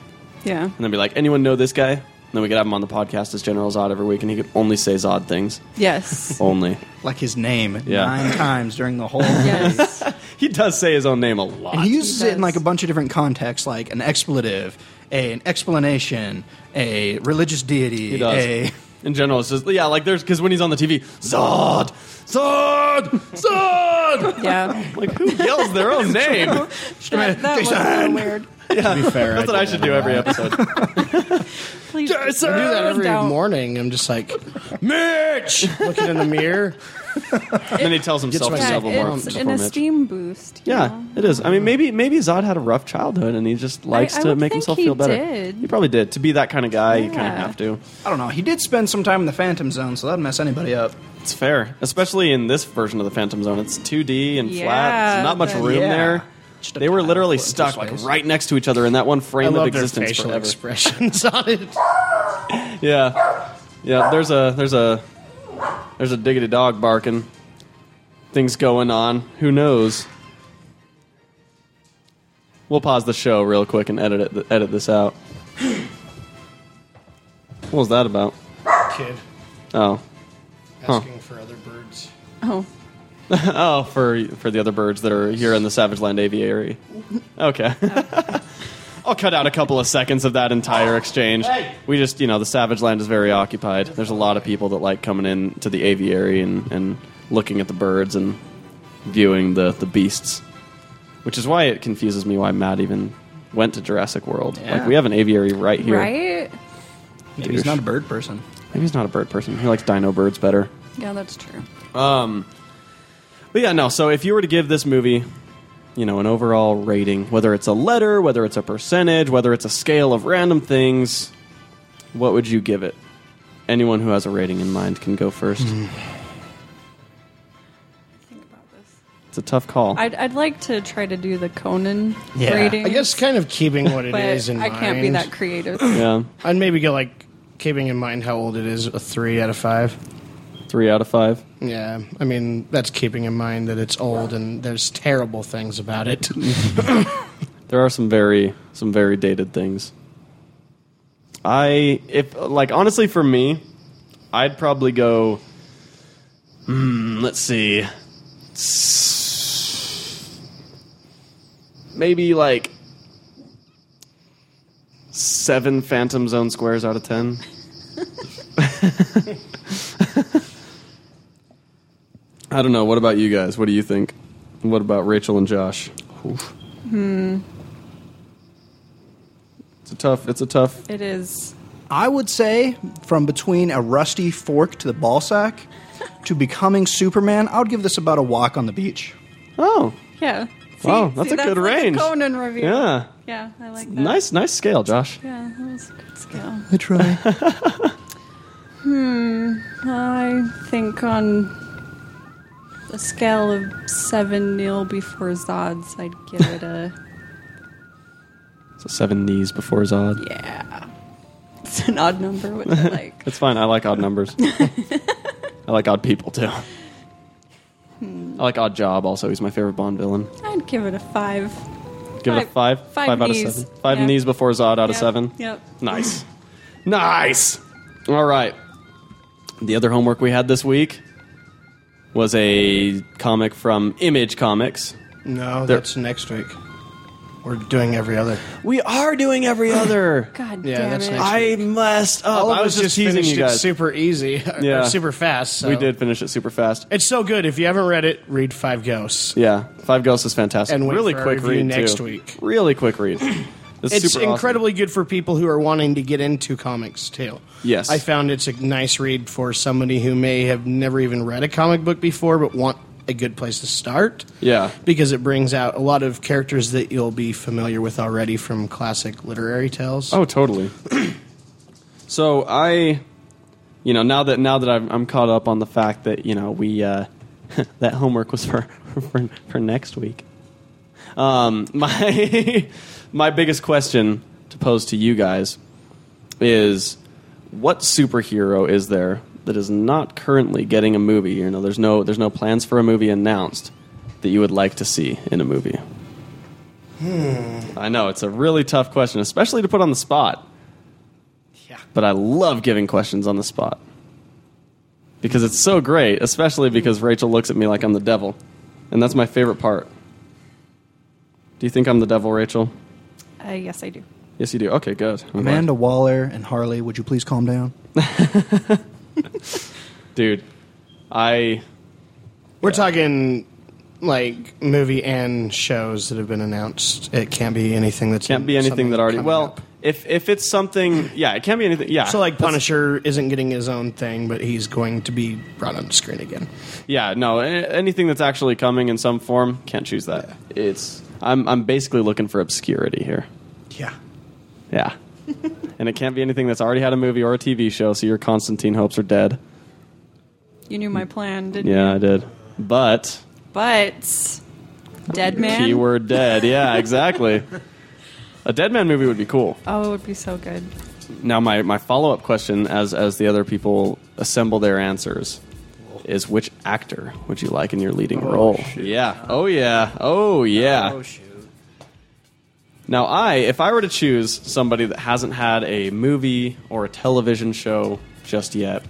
Speaker 3: Yeah.
Speaker 1: and then be like, anyone know this guy? And then we could have him on the podcast as General Zod every week, and he could only say Zod things.
Speaker 3: Yes.
Speaker 1: Only.
Speaker 4: Like his name
Speaker 1: Yeah.
Speaker 4: nine times during the whole
Speaker 3: yes.
Speaker 1: He does say his own name a lot.
Speaker 4: And he uses
Speaker 3: He
Speaker 4: it in
Speaker 3: does.
Speaker 4: like a bunch of different contexts, like an expletive, a, an explanation, a religious deity,
Speaker 1: He does.
Speaker 4: a
Speaker 1: In general, it's just, yeah, like there's, because when he's on the TV, Zod! Zod! Zod!
Speaker 3: Yeah.
Speaker 1: like, who yells their own name?
Speaker 3: that, that was so weird.
Speaker 2: To be fair,
Speaker 1: That's what I should do every episode.
Speaker 3: Please.
Speaker 2: I do that every
Speaker 3: Don't.
Speaker 2: morning. I'm just like
Speaker 1: Mitch!
Speaker 2: looking in the mirror.
Speaker 1: And then he tells himself
Speaker 2: my-
Speaker 1: to
Speaker 3: Yeah,
Speaker 1: several more
Speaker 3: it's
Speaker 1: before
Speaker 3: an
Speaker 1: Mitch.
Speaker 3: esteem boost. you
Speaker 1: Yeah,
Speaker 3: know?
Speaker 1: it is. I mean, maybe maybe Zod had a rough childhood, and he just likes
Speaker 3: I
Speaker 1: to
Speaker 3: would
Speaker 1: make
Speaker 3: think
Speaker 1: himself
Speaker 3: he
Speaker 1: feel better.
Speaker 3: did.
Speaker 1: He probably did. To be that kind of guy, you kind of
Speaker 3: Yeah.
Speaker 1: have to.
Speaker 4: I don't know. He did spend some time in the Phantom Zone, so that'd mess anybody up.
Speaker 1: It's fair, especially in this version of the Phantom Zone. It's 2D and flat.
Speaker 3: Yeah,
Speaker 1: There's not much
Speaker 3: then-
Speaker 1: room
Speaker 4: Yeah.
Speaker 1: there.
Speaker 4: Just a
Speaker 1: They were
Speaker 4: tile
Speaker 1: literally
Speaker 4: floating
Speaker 1: stuck
Speaker 4: through
Speaker 1: like
Speaker 4: space.
Speaker 1: right next to each other in that one
Speaker 2: I
Speaker 1: frame of
Speaker 2: love their
Speaker 1: existence
Speaker 2: facial
Speaker 1: forever.
Speaker 2: expressions on it.
Speaker 1: Yeah, yeah. There's a there's a there's a diggity dog barking. Things going on. Who knows? We'll pause the show real quick and edit it, edit this out. What was that about?
Speaker 2: Kid
Speaker 1: Oh,
Speaker 2: asking for other birds.
Speaker 3: Oh.
Speaker 1: Oh, for for the other birds that are here in the Savage Land aviary. Okay. I'll cut out a couple of seconds of that entire exchange. We just, you know, the Savage Land is very occupied. There's a lot of people that like coming in to the aviary and, and looking at the birds and viewing the, the beasts. Which is why it confuses me why Matt even went to Jurassic World. Like,
Speaker 4: Yeah.
Speaker 1: we have an aviary right here.
Speaker 3: Right?
Speaker 4: Maybe he's not a bird person.
Speaker 1: Maybe he's not a bird person. He likes dino birds better.
Speaker 3: Yeah, that's true.
Speaker 1: But yeah, no. So if you were to give this movie, you know, an overall rating, whether it's a letter, whether it's a percentage, whether it's a scale of random things, what would you give it? Anyone who has a rating in mind can go first.
Speaker 3: Think about this.
Speaker 1: it's a tough call.
Speaker 3: I'd, I'd like to try to do the Conan
Speaker 4: Yeah.
Speaker 3: rating.
Speaker 2: I guess kind of keeping what it
Speaker 3: but
Speaker 2: is in
Speaker 3: I
Speaker 2: mind.
Speaker 3: can't be that creative.
Speaker 1: yeah,
Speaker 2: I'd maybe go like keeping in mind how old it is, a three out of five.
Speaker 1: three out of five.
Speaker 2: Yeah, I mean that's keeping in mind that it's old and there's terrible things about it.
Speaker 1: There are some very some very dated things. I if like honestly for me, I'd probably go. Hmm, let's see. Maybe like seven Phantom Zone squares out of ten. I don't know. What about you guys? What do you think? What about Rachel and Josh? It's a tough. It's a tough.
Speaker 3: It is.
Speaker 4: I would say from between a rusty fork to the ball sack to becoming Superman, I would give this about a walk on the beach.
Speaker 1: Oh,
Speaker 3: Yeah. See,
Speaker 1: Wow, that's
Speaker 3: see,
Speaker 1: a good
Speaker 3: like
Speaker 1: range.
Speaker 3: Conan review.
Speaker 1: Yeah.
Speaker 3: Yeah, I like that.
Speaker 1: nice, nice scale, Josh.
Speaker 3: Yeah, that was a good scale.
Speaker 4: I try.
Speaker 3: I think on a scale of seven nil before Zods, I'd give it a
Speaker 1: So seven knees before Zod.
Speaker 3: yeah. It's an odd number, which I like.
Speaker 1: It's fine. I like odd numbers. I like odd people too.
Speaker 3: Hmm.
Speaker 1: I like odd job. Also, he's my favorite Bond villain.
Speaker 3: I'd give it a five.
Speaker 1: Give it a five.
Speaker 3: Five- five
Speaker 1: out of
Speaker 3: knees.
Speaker 1: seven. Five
Speaker 3: Yeah.
Speaker 1: knees before Zod out of
Speaker 3: Yep,
Speaker 1: seven.
Speaker 3: Yep.
Speaker 1: Nice. nice. All right. The other homework we had this week was a comic from Image Comics.
Speaker 2: no,
Speaker 1: There-
Speaker 2: that's next week. We're doing every other.
Speaker 1: We are doing every other.
Speaker 3: God
Speaker 2: Yeah,
Speaker 3: damn
Speaker 2: that's
Speaker 3: it.
Speaker 2: nice.
Speaker 1: I messed up.
Speaker 2: All of
Speaker 1: Oh, I
Speaker 2: us
Speaker 1: was just teasing
Speaker 2: finished
Speaker 1: you guys.
Speaker 2: it super easy, or
Speaker 1: Yeah.
Speaker 2: super fast. so-
Speaker 1: We did finish it super fast.
Speaker 2: It's so good. If you haven't read it, read Five Ghosts.
Speaker 1: Yeah, Five Ghosts is fantastic.
Speaker 2: And wait
Speaker 1: really
Speaker 2: for our
Speaker 1: quick
Speaker 2: review
Speaker 1: read
Speaker 2: next
Speaker 1: too.
Speaker 2: week.
Speaker 1: Really quick read.
Speaker 2: It's
Speaker 1: super awesome.
Speaker 2: incredibly good for people who are wanting to get into comics too.
Speaker 1: Yes.
Speaker 2: I found it's a nice read for somebody who may have never even read a comic book before but want a good place to start.
Speaker 1: Yeah.
Speaker 2: Because it brings out a lot of characters that you'll be familiar with already from classic literary tales.
Speaker 1: Oh, totally. so I, you know, now that now that I'm, I'm caught up on the fact that you know we uh, that homework was for for, for next week. Um, my my biggest question to pose to you guys is what superhero is there that is not currently getting a movie? You know, there's no there's no plans for a movie announced that you would like to see in a movie. I know it's a really tough question, especially to put on the spot. Yeah. But I love giving questions on the spot because it's so great, especially because Rachel looks at me like I'm the devil, and that's my favorite part. Do you think I'm the devil, Rachel?
Speaker 3: Uh, yes, I do.
Speaker 1: Yes, you do. Okay, good. I'm glad.
Speaker 4: Amanda Waller and Harley, would you please calm down?
Speaker 1: dude, I
Speaker 2: We're talking like movie and shows that have been announced. It can't be anything that's
Speaker 1: can't be anything
Speaker 2: something
Speaker 1: that already.
Speaker 2: coming
Speaker 1: Well,
Speaker 2: up.
Speaker 1: if if it's something, yeah, it can't be anything. Yeah.
Speaker 2: So like
Speaker 1: That's-
Speaker 2: Punisher isn't getting his own thing, but he's going to be brought on screen again.
Speaker 1: Yeah, no, a- anything that's actually coming in some form can't choose that. It's I'm I'm basically looking for obscurity here.
Speaker 2: Yeah.
Speaker 1: Yeah. and it can't be anything that's already had a movie or a TV show, so your Constantine hopes are dead.
Speaker 3: You knew my plan, didn't you?
Speaker 1: Yeah, I did. But
Speaker 3: But Dead Man.
Speaker 1: keyword dead. Yeah, exactly. a dead man movie would be cool.
Speaker 3: Oh, it would be so good.
Speaker 1: Now my, my follow up question as as the other people assemble their answers is which actor would you like in your leading role? Yeah. Oh yeah. Oh yeah.
Speaker 4: shoot.
Speaker 1: Now, I, if I were to choose somebody that hasn't had a movie or a television show just yet,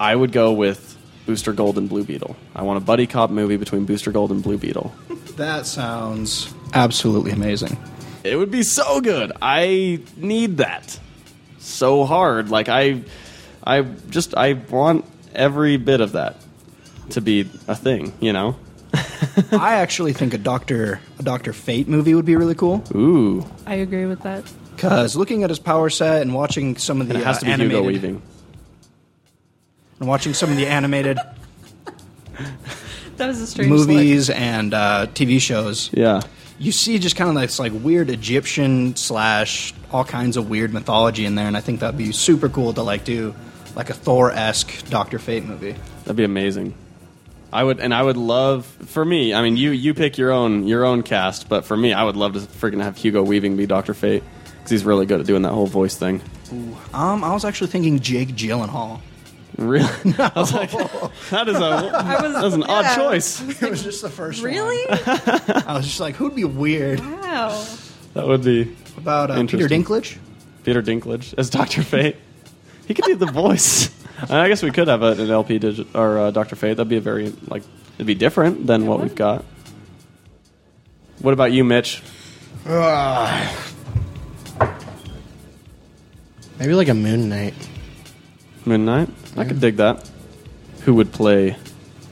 Speaker 1: I would go with Booster Gold and Blue Beetle. I want a buddy cop movie between Booster Gold and Blue Beetle.
Speaker 4: That sounds absolutely amazing.
Speaker 1: It would be so good. I need that so hard. Like I, I just I want every bit of that to be a thing. You know.
Speaker 4: I actually think a Doctor a Doctor Fate movie would be really cool
Speaker 1: Ooh,
Speaker 3: I agree with that.
Speaker 4: because looking at his power set and watching some of the
Speaker 1: and it has
Speaker 4: uh,
Speaker 1: to be
Speaker 4: animated
Speaker 1: Hugo Weaving.
Speaker 4: and watching some of the animated
Speaker 3: That was a strange look.
Speaker 4: movies and uh, TV shows,
Speaker 1: Yeah.
Speaker 4: you see just kind of this like weird Egyptian slash all kinds of weird mythology in there, and I think that'd be super cool to like do like a Thor esque Doctor Fate movie.
Speaker 1: That'd be amazing. I would, and I would love for me. I mean, you you pick your own your own cast, but for me, I would love to freaking have Hugo Weaving be Doctor Fate because he's really good at doing that whole voice thing.
Speaker 4: Um, I was actually thinking Jake Gyllenhaal.
Speaker 1: Really, I was like, that is a
Speaker 3: was-
Speaker 1: that was an odd
Speaker 3: yeah.
Speaker 1: choice.
Speaker 4: It was just the first. one.
Speaker 3: Really?
Speaker 4: I was just like, who'd be weird
Speaker 3: wow.
Speaker 1: That would be
Speaker 4: about uh, Peter
Speaker 1: Interesting.
Speaker 4: Dinklage?
Speaker 1: Peter Dinklage as Doctor Fate. He could do the voice. And I guess we could have a, an LP digi- or uh, Doctor Fate. That'd be a very like it'd be different than what
Speaker 3: would.
Speaker 1: we've got. What about you, Mitch?
Speaker 2: Maybe like a Moon Knight.
Speaker 1: Moon Knight. I could dig that. Who would play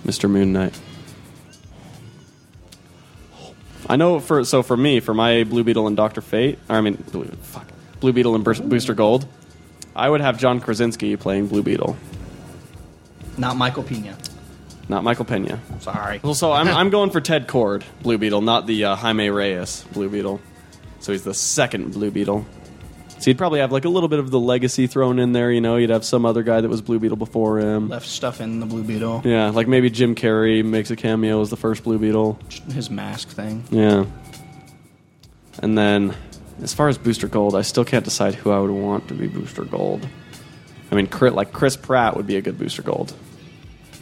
Speaker 1: Mr. Moon Knight? I know for so for me for my Blue Beetle and Doctor Fate. Or I mean, Blue, fuck, Blue Beetle and Bur- Booster Gold. I would have John Krasinski playing Blue Beetle,
Speaker 4: Not Michael Pena.
Speaker 1: not Michael Pena.
Speaker 4: Sorry.
Speaker 1: Well, so I'm I'm going for Ted Cord Blue Beetle, not the uh, Jaime Reyes Blue Beetle. So he's the second Blue Beetle. So you'd probably have like a little bit of the legacy thrown in there. You know, you'd have some other guy that was Blue Beetle before him.
Speaker 4: Left stuff in the Blue Beetle.
Speaker 1: Yeah, like maybe Jim Carrey makes a cameo as the first Blue Beetle.
Speaker 4: His mask thing.
Speaker 1: Yeah. And then, as far as Booster Gold, I still can't decide who I would want to be Booster Gold. I mean, Chri- like Chris Pratt would be a good Booster Gold,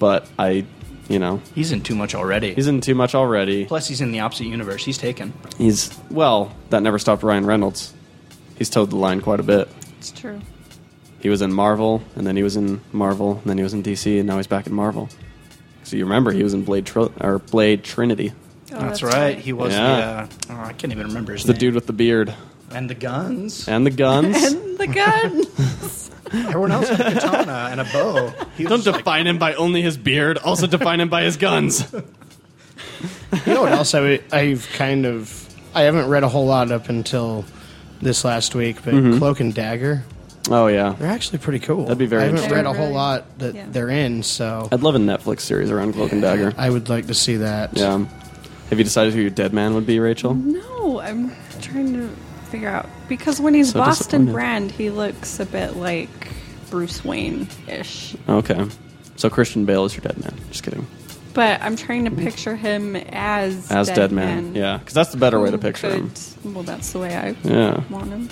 Speaker 1: but I, you know,
Speaker 4: He's in too much already.
Speaker 1: he's in too much already.
Speaker 4: Plus, he's in the opposite universe. He's taken.
Speaker 3: Oh,
Speaker 1: He's well, that never stopped Ryan Reynolds. He's towed the line quite a bit.
Speaker 3: It's true. Oh,
Speaker 1: He was in Marvel, and then he was in Marvel, and then he was in DC, and now he's back in Marvel. So you remember he was in Blade Tr- or Blade Trinity.
Speaker 3: Oh,
Speaker 4: that's, right. He was
Speaker 1: Yeah.
Speaker 4: the. Uh, oh, I can't even remember his
Speaker 1: The
Speaker 4: name.
Speaker 1: dude with the beard
Speaker 4: and the guns.
Speaker 1: and the guns.
Speaker 3: And the gun.
Speaker 4: Everyone else had a katana and a bow. He was
Speaker 1: Don't
Speaker 4: just like,
Speaker 1: define him by only his beard. Also define him by his guns.
Speaker 2: You know what else I would, I've kind of I haven't read a whole lot up until this last week, but Cloak and Dagger
Speaker 1: Oh yeah,
Speaker 2: they're actually pretty cool.
Speaker 1: Mm-hmm. That'd be very
Speaker 2: I haven't
Speaker 1: interesting.
Speaker 2: read a whole
Speaker 3: They're
Speaker 2: lot that
Speaker 3: yeah.
Speaker 2: they're in, so
Speaker 1: I'd love a Netflix series around Cloak and Dagger.
Speaker 2: I would like to see that.
Speaker 1: Yeah. Have you decided who your dead man would be, Rachel?
Speaker 3: No, I'm trying to figure out because when he's
Speaker 1: So
Speaker 3: Boston
Speaker 1: disappointed.
Speaker 3: Brand, he looks a bit like Bruce Wayne ish.
Speaker 1: Okay. So Christian Bale is your dead man. Just kidding.
Speaker 3: But I'm trying to picture him as
Speaker 1: As dead, man. Yeah, because that's the better way to
Speaker 3: Who
Speaker 1: picture him.
Speaker 3: could- Well, that's the way I
Speaker 1: Yeah.
Speaker 3: want him.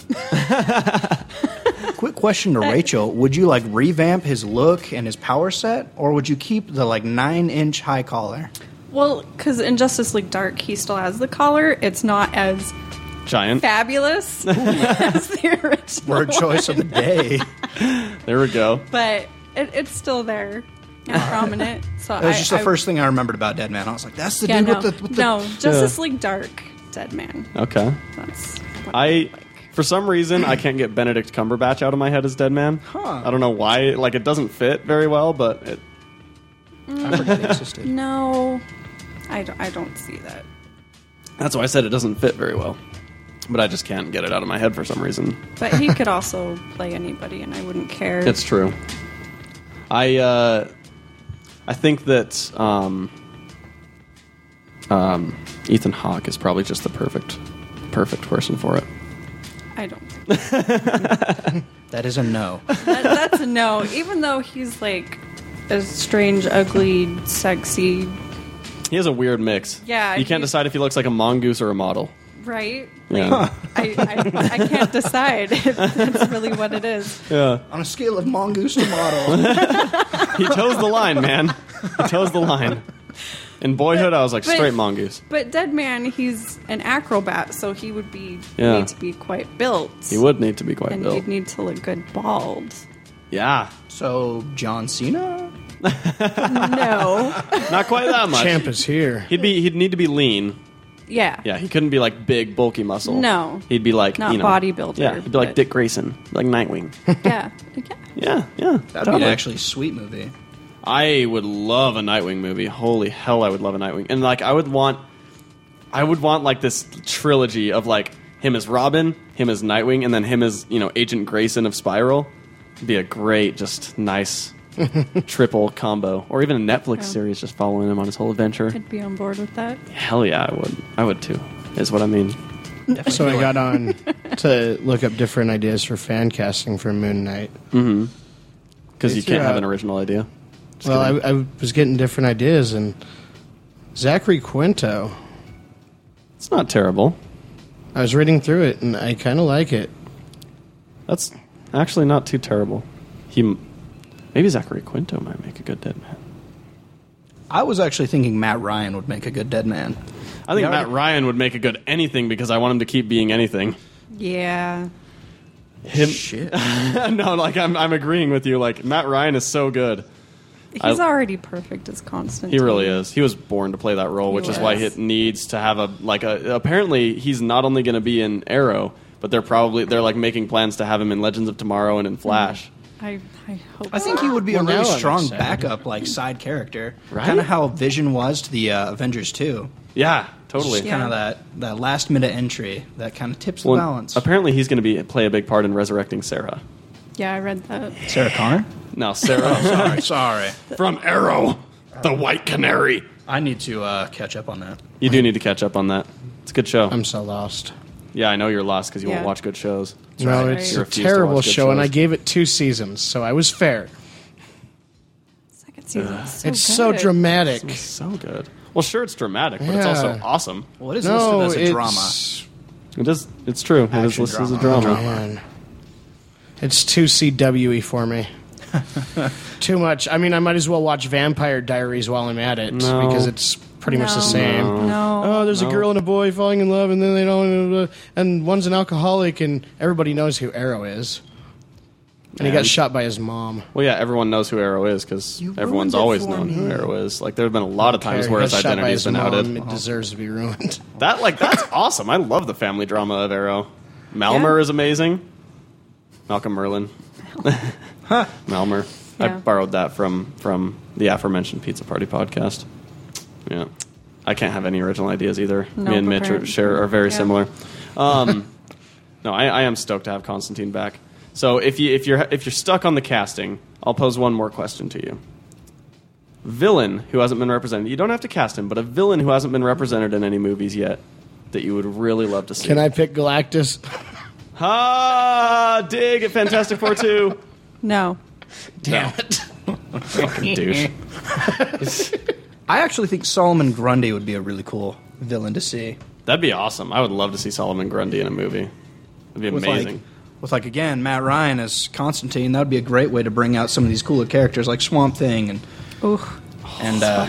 Speaker 4: Quick question to Rachel: Would you like revamp his look and his power set, or would you keep the like nine-inch high collar?
Speaker 3: Well, because in Justice League Dark, he still has the collar. It's not as
Speaker 1: Giant.
Speaker 3: fabulous as the original.
Speaker 4: Word choice of the day.
Speaker 1: There we go.
Speaker 3: but it, it's still there and prominent. So
Speaker 4: That was
Speaker 3: I-
Speaker 4: just the
Speaker 3: I-
Speaker 4: first thing I remembered about Dead Man. I was like, "That's the
Speaker 3: Yeah,
Speaker 4: dude
Speaker 3: no,
Speaker 4: with the with the."
Speaker 3: no, Justice
Speaker 1: Yeah.
Speaker 3: League Dark, Dead Man.
Speaker 1: Okay.
Speaker 3: That's what
Speaker 1: I,
Speaker 3: like.
Speaker 1: for some reason, I can't get Benedict Cumberbatch out of my head as dead man.
Speaker 4: Huh.
Speaker 1: I don't know why. Like it doesn't fit very well, but it,
Speaker 4: I forgot he existed.
Speaker 3: no, I don't, I don't see that.
Speaker 1: that's why I said it doesn't fit very well. But I just can't get it out of my head for some reason.
Speaker 3: But he could also play anybody, and I wouldn't care.
Speaker 1: It's true. I uh, I think that um, um, Ethan Hawke is probably just the perfect perfect person for it.
Speaker 3: I don't. Think
Speaker 4: That is a no.
Speaker 3: that, that's a no. Even though he's like a strange, ugly, sexy,
Speaker 1: He has a weird mix.
Speaker 3: Yeah,
Speaker 1: you can't
Speaker 3: he's-
Speaker 1: decide if he looks like a mongoose or a model.
Speaker 3: right?
Speaker 1: Yeah,
Speaker 3: I, I, I can't decide if that's really what it is.
Speaker 1: yeah.
Speaker 4: On a scale of mongoose to model,
Speaker 1: He toes the line, man. He toes the line. In boyhood, I was like
Speaker 3: But-
Speaker 1: straight mongoose.
Speaker 3: But Dead Man, he's an acrobat, so he would be
Speaker 1: Yeah.
Speaker 3: need to be quite built.
Speaker 1: He would need to be quite
Speaker 3: and
Speaker 1: built.
Speaker 3: you'd need to look good bald.
Speaker 1: yeah,
Speaker 4: so John Cena.
Speaker 3: no.
Speaker 1: Not quite that much.
Speaker 2: Champ is here.
Speaker 1: He'd be he'd need to be lean.
Speaker 3: Yeah.
Speaker 1: Yeah, he couldn't be like big bulky muscle.
Speaker 3: No.
Speaker 1: He'd be like
Speaker 3: Not
Speaker 1: you know,
Speaker 3: bodybuilder,
Speaker 1: Yeah, he'd be like
Speaker 3: but-
Speaker 1: Dick Grayson, like Nightwing.
Speaker 3: Yeah. Like, yeah.
Speaker 1: yeah, yeah.
Speaker 4: That'd be
Speaker 1: totally.
Speaker 4: an actually sweet movie.
Speaker 1: I would love a Nightwing movie. Holy hell, I would love a Nightwing. And like I would want I would want like this trilogy of like him as Robin, him as Nightwing, and then him as, you know, Agent Grayson of Spiral. It'd be a great, just nice triple combo. Or even a Netflix
Speaker 3: Yeah.
Speaker 1: series just following him on his whole adventure.
Speaker 3: I'd be on board with that.
Speaker 1: Hell yeah, I would. I would too. Is what I mean.
Speaker 2: So I got on to look up different ideas for fan casting for Moon Knight.
Speaker 1: Mm, Because you can't have
Speaker 2: Yeah.
Speaker 1: an original idea. Just
Speaker 2: well,
Speaker 1: kidding.
Speaker 2: I, I was getting different ideas, and Zachary Quinto.
Speaker 1: it's not terrible.
Speaker 2: I was reading through it, and I kind of like it.
Speaker 1: That's actually not too terrible. He m- maybe Zachary Quinto might make a good dead man.
Speaker 4: I was actually thinking Matt Ryan would make a good dead man.
Speaker 1: I think
Speaker 4: Yeah, I
Speaker 1: Matt
Speaker 4: would-
Speaker 1: Ryan would make a good anything because I want him to keep being anything.
Speaker 3: Yeah.
Speaker 1: Him?
Speaker 4: Shit.
Speaker 1: no, like I'm, I'm agreeing with you. Like Matt Ryan is so good.
Speaker 3: He's
Speaker 1: I-
Speaker 3: already perfect as Constantine.
Speaker 1: He really is. He was born to play that role,
Speaker 3: He
Speaker 1: which is why
Speaker 3: was.
Speaker 1: it needs to have a like a. Apparently, he's not only going to be in Arrow, but they're probably they're like making plans to have him in Legends of Tomorrow and in Flash.
Speaker 3: I, I hope.
Speaker 4: I think he would be
Speaker 2: Well,
Speaker 4: a really
Speaker 2: now I'm
Speaker 4: strong
Speaker 2: excited.
Speaker 4: backup, like side character.
Speaker 1: Right?
Speaker 4: Kind of how Vision was to the uh, Avengers 2.
Speaker 1: Yeah, totally.
Speaker 3: Yeah.
Speaker 4: Kind of that, that last minute entry that kind of tips the
Speaker 1: Well, uh,
Speaker 4: balance.
Speaker 1: Apparently, he's going to be play a big part in resurrecting Sarah.
Speaker 3: Yeah, I read that.
Speaker 4: Sarah Connor?
Speaker 1: No, Sarah
Speaker 4: sorry, sorry.
Speaker 1: from Arrow, the White Canary.
Speaker 4: I need to uh, catch up on that.
Speaker 1: You do need to catch up on that. It's a good show.
Speaker 2: I'm so lost.
Speaker 1: yeah, I know you're lost because you
Speaker 3: Yeah.
Speaker 1: won't watch good shows.
Speaker 2: No,
Speaker 3: right.
Speaker 2: it's
Speaker 3: You
Speaker 2: a
Speaker 1: refuse to watch
Speaker 2: terrible
Speaker 1: good
Speaker 2: show, and
Speaker 1: shows.
Speaker 2: I gave it two seasons, so I was fair.
Speaker 1: Uh,
Speaker 3: Second season. is So
Speaker 2: it's so
Speaker 3: Oh, good.
Speaker 2: dramatic.
Speaker 1: So good. Well, sure, it's dramatic, but it's
Speaker 2: Yeah.
Speaker 1: also awesome.
Speaker 4: Well, it is
Speaker 2: No,
Speaker 4: listed as a drama.
Speaker 2: it's
Speaker 1: It is. It's true. It is
Speaker 4: Action
Speaker 1: listed as a
Speaker 4: drama.
Speaker 1: drama.
Speaker 2: on. It's too CWE for me. too much. I mean, I might as well watch Vampire Diaries while I'm at it
Speaker 1: No.
Speaker 2: because it's pretty much the
Speaker 3: No.
Speaker 2: same.
Speaker 3: No.
Speaker 2: Oh, there's a girl and a boy falling in love, and then they don't. And one's an alcoholic, and everybody knows who Arrow is. And he
Speaker 1: Yeah.
Speaker 2: got shot by his mom.
Speaker 1: Well, yeah, everyone knows who Arrow is because
Speaker 4: You ruined
Speaker 1: everyone's
Speaker 4: it
Speaker 1: always
Speaker 4: for
Speaker 1: known
Speaker 4: me.
Speaker 1: who Arrow is. Like there have been a lot of times
Speaker 2: He
Speaker 1: where his
Speaker 2: got shot by
Speaker 1: identity's
Speaker 2: his
Speaker 1: been
Speaker 2: mom.
Speaker 1: outed.
Speaker 2: It deserves to be ruined.
Speaker 1: That like that's awesome. I love the family drama of Arrow. Malmer
Speaker 3: Yeah.
Speaker 1: is amazing. Malcolm Merlin. Malmer. I
Speaker 3: Yeah.
Speaker 1: borrowed that from from the aforementioned Pizza Party podcast. Yeah. I can't have any original ideas either.
Speaker 3: No,
Speaker 1: Me and Mitch are,
Speaker 3: apparently.
Speaker 1: share, are very
Speaker 3: Yeah.
Speaker 1: similar. Um, no, I, I am stoked to have Constantine back. So if you if you're if you're stuck on the casting, I'll pose one more question to you. Villain who hasn't been represented. You don't have to cast him, but a villain who hasn't been represented in any movies yet that you would really love to see.
Speaker 2: Can I pick Galactus?
Speaker 1: Ah, dig at Fantastic Four two.
Speaker 3: No.
Speaker 1: Damn it, fucking douche.
Speaker 4: I actually think Solomon Grundy would be a really cool villain to see.
Speaker 1: That'd be awesome. I would love to see Solomon Grundy in a movie. That'd be
Speaker 4: With
Speaker 1: amazing.
Speaker 4: like, with like again Matt Ryan as Constantine, that would be a great way to bring out some of these cooler characters like Swamp Thing and
Speaker 3: Ooh.
Speaker 4: and uh,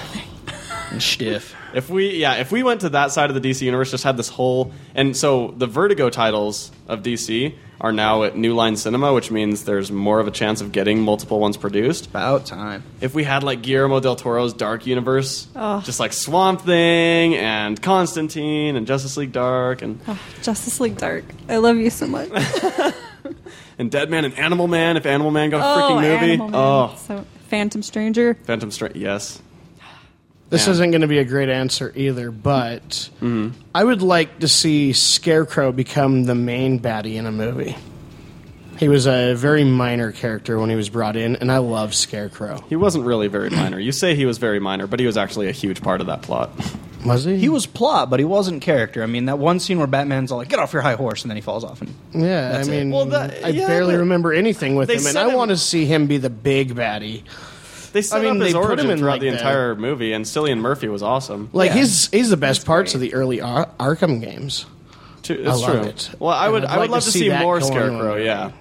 Speaker 4: and Stiff.
Speaker 1: If we yeah, if we went to that side of the DC universe, just had this whole and so the Vertigo titles of DC are now at New Line Cinema, which means there's more of a chance of getting multiple ones produced.
Speaker 4: About time.
Speaker 1: If we had like Guillermo del Toro's Dark Universe,
Speaker 3: Oh.
Speaker 1: just like Swamp Thing and Constantine and Justice League Dark and
Speaker 3: Oh, Justice League Dark. I love you so much.
Speaker 1: and Dead Man and Animal Man, if Animal Man got a
Speaker 3: oh,
Speaker 1: freaking movie,
Speaker 3: Animal Man.
Speaker 1: oh
Speaker 3: So, Phantom Stranger.
Speaker 1: Phantom Strain, yes, Yeah.
Speaker 2: This
Speaker 1: Mm-hmm.
Speaker 2: isn't going to be a great answer either, but I would like to see Scarecrow become the main baddie in a movie. He was a very minor character when he was brought in, and I love Scarecrow.
Speaker 1: he wasn't really very minor. You say he was very minor, but he was actually a huge part of that plot.
Speaker 2: Was he?
Speaker 4: He was plot, but he wasn't character. I mean, that one scene where Batman's all like, "Get off your high horse," and then he falls off. And
Speaker 2: Yeah, I
Speaker 4: That's it.
Speaker 2: mean,
Speaker 1: Well, that-
Speaker 2: I
Speaker 1: yeah,
Speaker 2: barely
Speaker 1: but
Speaker 2: remember anything with
Speaker 1: they
Speaker 2: him, and
Speaker 1: set
Speaker 2: I
Speaker 1: him-
Speaker 2: want to see him be the big baddie.
Speaker 1: They set
Speaker 2: I mean,
Speaker 1: up his
Speaker 2: they put
Speaker 1: origin
Speaker 2: him in,
Speaker 1: throughout
Speaker 2: like,
Speaker 1: the
Speaker 2: the-
Speaker 1: entire movie, and Cillian Murphy was awesome.
Speaker 2: Like
Speaker 4: Yeah.
Speaker 2: he's he's the best parts of the early Ar- Arkham games.
Speaker 1: Too,
Speaker 2: I
Speaker 1: that's
Speaker 2: love
Speaker 1: true.
Speaker 2: it.
Speaker 1: Well, I
Speaker 2: And
Speaker 1: would,
Speaker 2: I'd
Speaker 1: I would
Speaker 2: like to
Speaker 1: love to
Speaker 2: see
Speaker 1: see,
Speaker 2: that
Speaker 1: more
Speaker 2: going on.
Speaker 1: Scarecrow. Yeah,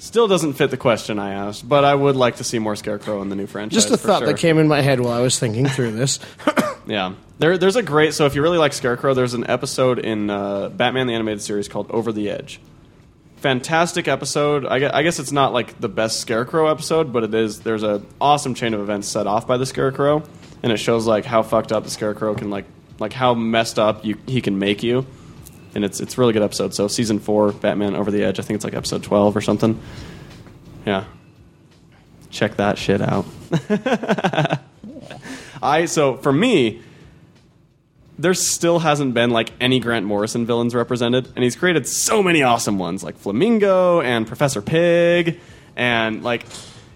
Speaker 1: still doesn't fit the question I asked, but I would like to see more Scarecrow in the new franchise.
Speaker 2: Just a
Speaker 1: for
Speaker 2: thought
Speaker 1: sure.
Speaker 2: that came in my head while I was thinking through this.
Speaker 1: Yeah, there, there's a great. So if you really like Scarecrow, there's an episode in uh, Batman the Animated Series called Over the Edge, fantastic episode. I gue- I guess it's not like the best Scarecrow episode, but it is. There's an awesome chain of events set off by the Scarecrow, and it shows like how fucked up the Scarecrow can like like how messed up you he can make you. And it's it's a really good episode. So season four, Batman Over the Edge. I think it's like episode twelve or something. Yeah, check that shit out. I so for me, there still hasn't been like any Grant Morrison villains represented, and he's created so many awesome ones like Flamingo and Professor Pig and like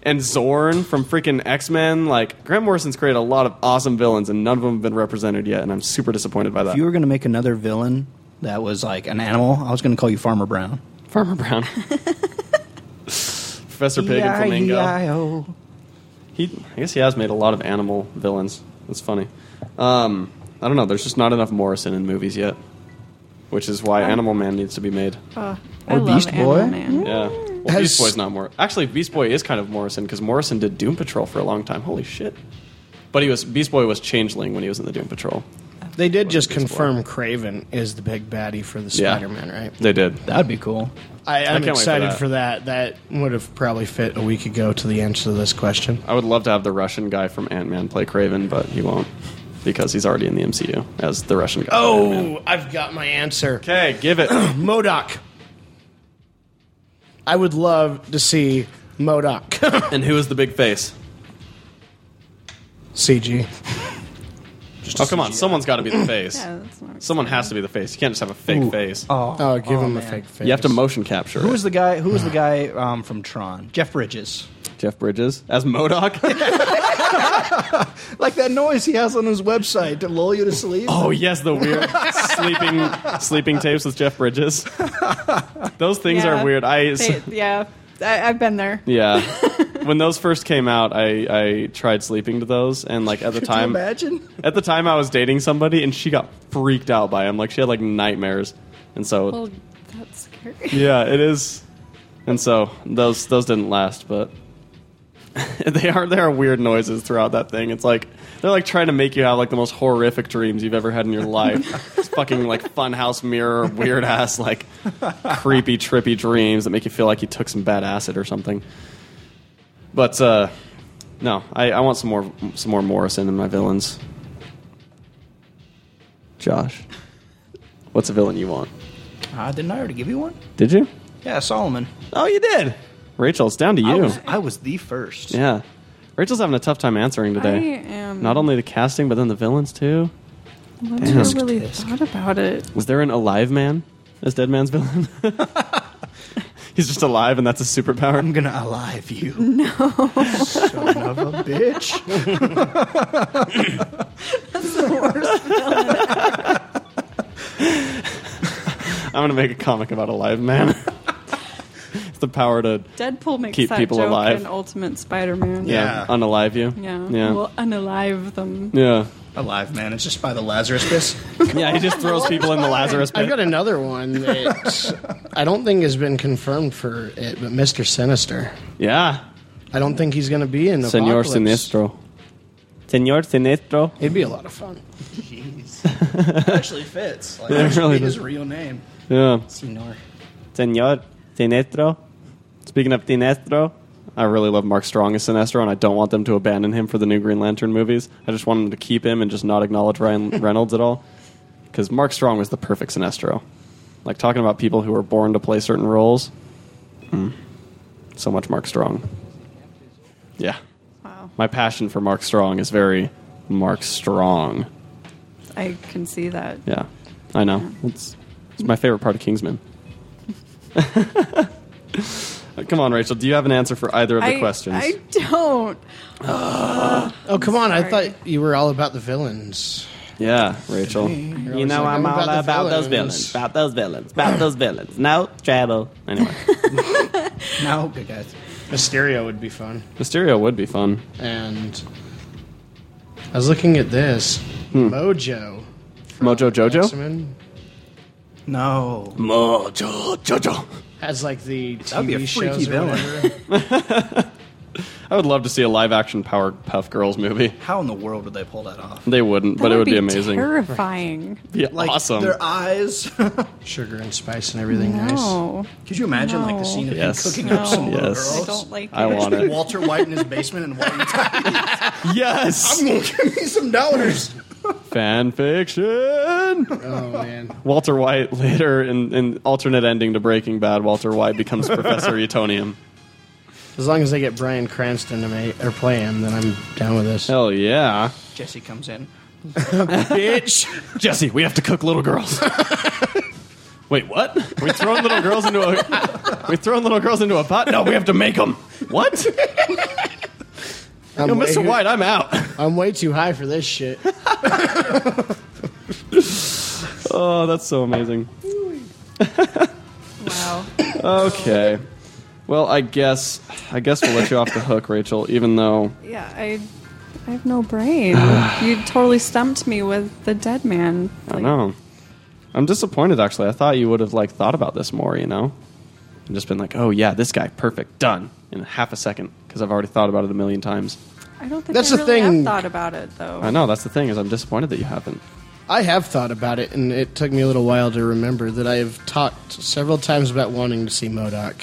Speaker 1: and Zorn from freaking X Men. Like Grant Morrison's created a lot of awesome villains, and none of them have been represented yet, and I'm super disappointed by that.
Speaker 4: If you were going to make another villain that was like an animal, I was going to call you Farmer Brown.
Speaker 1: Farmer Brown, Professor Pig, and Flamingo.
Speaker 2: uh,
Speaker 4: E-I-E-I-O.
Speaker 1: He, I guess he has made a lot of animal villains. That's funny. Um, I don't know. There's just not enough Morrison in movies yet, which is why Animal Man needs to be made.
Speaker 3: Oh,
Speaker 4: Or
Speaker 3: I love
Speaker 4: Beast
Speaker 3: Animal
Speaker 4: Boy?
Speaker 3: Man.
Speaker 1: Yeah. Well,
Speaker 2: Has-
Speaker 1: Beast Boy's not Morrison. Actually, Beast Boy is kind of Morrison because Morrison did Doom Patrol for a long time. Holy shit! But he was Beast Boy was Changeling when he was in the Doom Patrol.
Speaker 2: They did just
Speaker 1: Baseball.
Speaker 2: confirm Craven is the big baddie for the
Speaker 1: Yeah.
Speaker 2: Spider-Man, right?
Speaker 1: They did.
Speaker 4: That'd be cool.
Speaker 2: I,
Speaker 1: can't
Speaker 2: I'm
Speaker 1: wait for
Speaker 2: excited
Speaker 1: that.
Speaker 2: for that. That would have probably fit a week ago to the answer to this question.
Speaker 1: I would love to have the Russian guy from Ant Man play Craven, but he won't because he's already in the MCU as the Russian guy.
Speaker 2: Oh, I've got my answer.
Speaker 1: Okay, give it.
Speaker 2: Modoc. I would love to see Modoc.
Speaker 1: and who is the big face?
Speaker 2: CG.
Speaker 1: Oh come on, someone's got to be the face.
Speaker 3: Yeah, that's not
Speaker 1: Someone has to be the face. You can't just have a fake
Speaker 4: Ooh.
Speaker 1: face.
Speaker 4: Oh,
Speaker 2: Oh, give him a
Speaker 4: man.
Speaker 2: fake face.
Speaker 1: You have to motion capture.
Speaker 4: Who
Speaker 1: it.
Speaker 4: was the guy? Who was the guy um, from Tron? Jeff Bridges.
Speaker 1: Jeff Bridges as Modoc?
Speaker 4: Like that noise he has on his website to lull you to sleep.
Speaker 1: oh yes, the weird sleeping sleeping tapes with Jeff Bridges. Those things
Speaker 3: Yeah.
Speaker 1: are weird. I
Speaker 3: They- yeah, I, I've been there.
Speaker 1: yeah. When those first came out, I I tried sleeping to those, and like at the
Speaker 4: Can you
Speaker 1: time,
Speaker 4: imagine?
Speaker 1: at the time I was dating somebody, and she got freaked out by him. Like she had like nightmares, and so
Speaker 3: Well, that's scary.
Speaker 1: yeah, it is. And so those those didn't last, but they are there are weird noises throughout that thing. It's like they're like trying to make you have like the most horrific dreams you've ever had in your life. it's fucking like funhouse mirror, weird ass like creepy trippy dreams that make you feel like you took some bad acid or something. But uh no, I, I want some more some more Morrison in my villains. Josh, what's a villain you want?
Speaker 4: Uh, didn't I already give you one?
Speaker 1: Did you?
Speaker 4: Yeah, Solomon.
Speaker 1: Oh, you did. Rachel, it's down to
Speaker 4: I
Speaker 1: you.
Speaker 4: was, I was the first.
Speaker 1: yeah. Rachel's having a tough time answering
Speaker 3: I
Speaker 1: today.
Speaker 3: am.
Speaker 1: Not only the casting, but then the villains too.
Speaker 3: I've never really thought about it.
Speaker 1: Was there an alive man as Dead Man's villain? He's just alive, and that's a superpower.
Speaker 4: I'm gonna alive you. No. Son of a bitch.
Speaker 1: I'm gonna make a comic about alive man. it's the power to
Speaker 3: Deadpool makes
Speaker 1: Keep
Speaker 3: that
Speaker 1: people
Speaker 3: joke
Speaker 1: alive.
Speaker 3: in Ultimate Spider-Man.
Speaker 1: yeah,
Speaker 4: Yeah.
Speaker 1: unalive you.
Speaker 3: yeah,
Speaker 1: yeah,
Speaker 3: Well, unalive them.
Speaker 1: yeah.
Speaker 4: alive, man. It's just by the Lazarus pit.
Speaker 1: yeah he just throws people in the Lazarus
Speaker 2: I've
Speaker 1: pit.
Speaker 2: got another one that I don't think has been confirmed for it, but Mr. Sinister.
Speaker 1: yeah,
Speaker 2: I don't think he's going to be in the
Speaker 1: Senor Sinestro. Senor Sinestro.
Speaker 2: It'd be a lot of fun.
Speaker 4: Jeez. Actually fits. Like,
Speaker 1: Yeah, it really
Speaker 4: his
Speaker 1: does.
Speaker 4: real name.
Speaker 1: Yeah.
Speaker 4: Senor.
Speaker 1: Senor Sinestro. Speaking of Sinestro, I really love Mark Strong as Sinestro, and I don't want them to abandon him for the new Green Lantern movies. I just want them to keep him and just not acknowledge Ryan Reynolds at all. Because Mark Strong was the perfect Sinestro. Like talking about people who were born to play certain roles. Mm. So much Mark Strong. Yeah.
Speaker 3: Wow,
Speaker 1: My passion for Mark Strong is very Mark Strong.
Speaker 3: I can see that.
Speaker 1: Yeah, I know. It's, it's my favorite part of Kingsman. Come on, Rachel. Do you have an answer for either of the
Speaker 3: I,
Speaker 1: questions?
Speaker 3: I don't.
Speaker 2: Oh, come on. I
Speaker 3: sorry.
Speaker 2: thought you were all about the villains.
Speaker 1: yeah, Rachel.
Speaker 2: always like, "I'm about the villains."
Speaker 1: About those villains. About those villains. No shadow. Anyway,
Speaker 4: No, good guys.
Speaker 2: Mysterio would be fun.
Speaker 1: Mysterio would be fun.
Speaker 2: And I was looking at this
Speaker 4: Hmm.
Speaker 2: Mojo.
Speaker 1: Mojo Jojo.
Speaker 2: X-Men
Speaker 4: No.
Speaker 1: Mojo Jojo.
Speaker 2: Has like the
Speaker 4: would be a
Speaker 2: TV
Speaker 4: freaky
Speaker 2: shows or
Speaker 4: villain.
Speaker 2: whatever.
Speaker 1: I I would love to see a live action powered Puff Girls movie.
Speaker 4: How in the world would they pull that off?
Speaker 1: They wouldn't,
Speaker 3: That
Speaker 1: but it would be, amazing.
Speaker 3: Terrifying.
Speaker 1: Be
Speaker 4: Like
Speaker 1: awesome.
Speaker 4: their eyes.
Speaker 2: Sugar and spice and everything nice.
Speaker 3: No, Oh,
Speaker 4: Could you imagine like
Speaker 3: No.
Speaker 4: the scene of
Speaker 1: Yes.
Speaker 4: him cooking
Speaker 3: No.
Speaker 4: up some little
Speaker 1: Yes.
Speaker 4: girls?
Speaker 3: I don't like it.
Speaker 1: I want it.
Speaker 4: Walter White in his basement and Walter
Speaker 1: Yes.
Speaker 4: gonna give me some dollars.
Speaker 1: Fan fiction.
Speaker 2: Oh man.
Speaker 1: Walter White later in, in alternate ending to Breaking Bad. Walter White becomes Professor Utonium.
Speaker 2: As long as they get Brian Cranston to make or play him, then I'm down with this.
Speaker 1: Hell yeah.
Speaker 4: Jesse comes in.
Speaker 2: Bitch.
Speaker 1: Jesse, we have to cook little girls. Wait, what? Are we throwing little girls into a are we throwing little girls into a pot? No, we have to make them. What?
Speaker 2: I'm
Speaker 1: Yo,
Speaker 2: way-
Speaker 1: Mr. White, I'm out.
Speaker 2: I'm way too high for this shit.
Speaker 1: Oh, that's so amazing.
Speaker 3: Wow.
Speaker 1: Okay. Well, I guess I guess we'll let you off the hook, Rachel. Even though
Speaker 3: Yeah, I, I have no brain. you totally stumped me with the dead man.
Speaker 1: I
Speaker 3: Like,
Speaker 1: know, I'm disappointed. Actually, I thought you would have like thought about this more. You know, and just been like, oh yeah, this guy, perfect, done in half a second because I've already thought about it a million times.
Speaker 3: I don't think
Speaker 2: That's
Speaker 3: I
Speaker 2: the
Speaker 3: really
Speaker 2: thing.
Speaker 3: have thought about it though.
Speaker 1: I know that's the thing is I'm disappointed that you haven't.
Speaker 2: I have thought about it, and it took me a little while to remember that I have talked several times about wanting to see Modoc.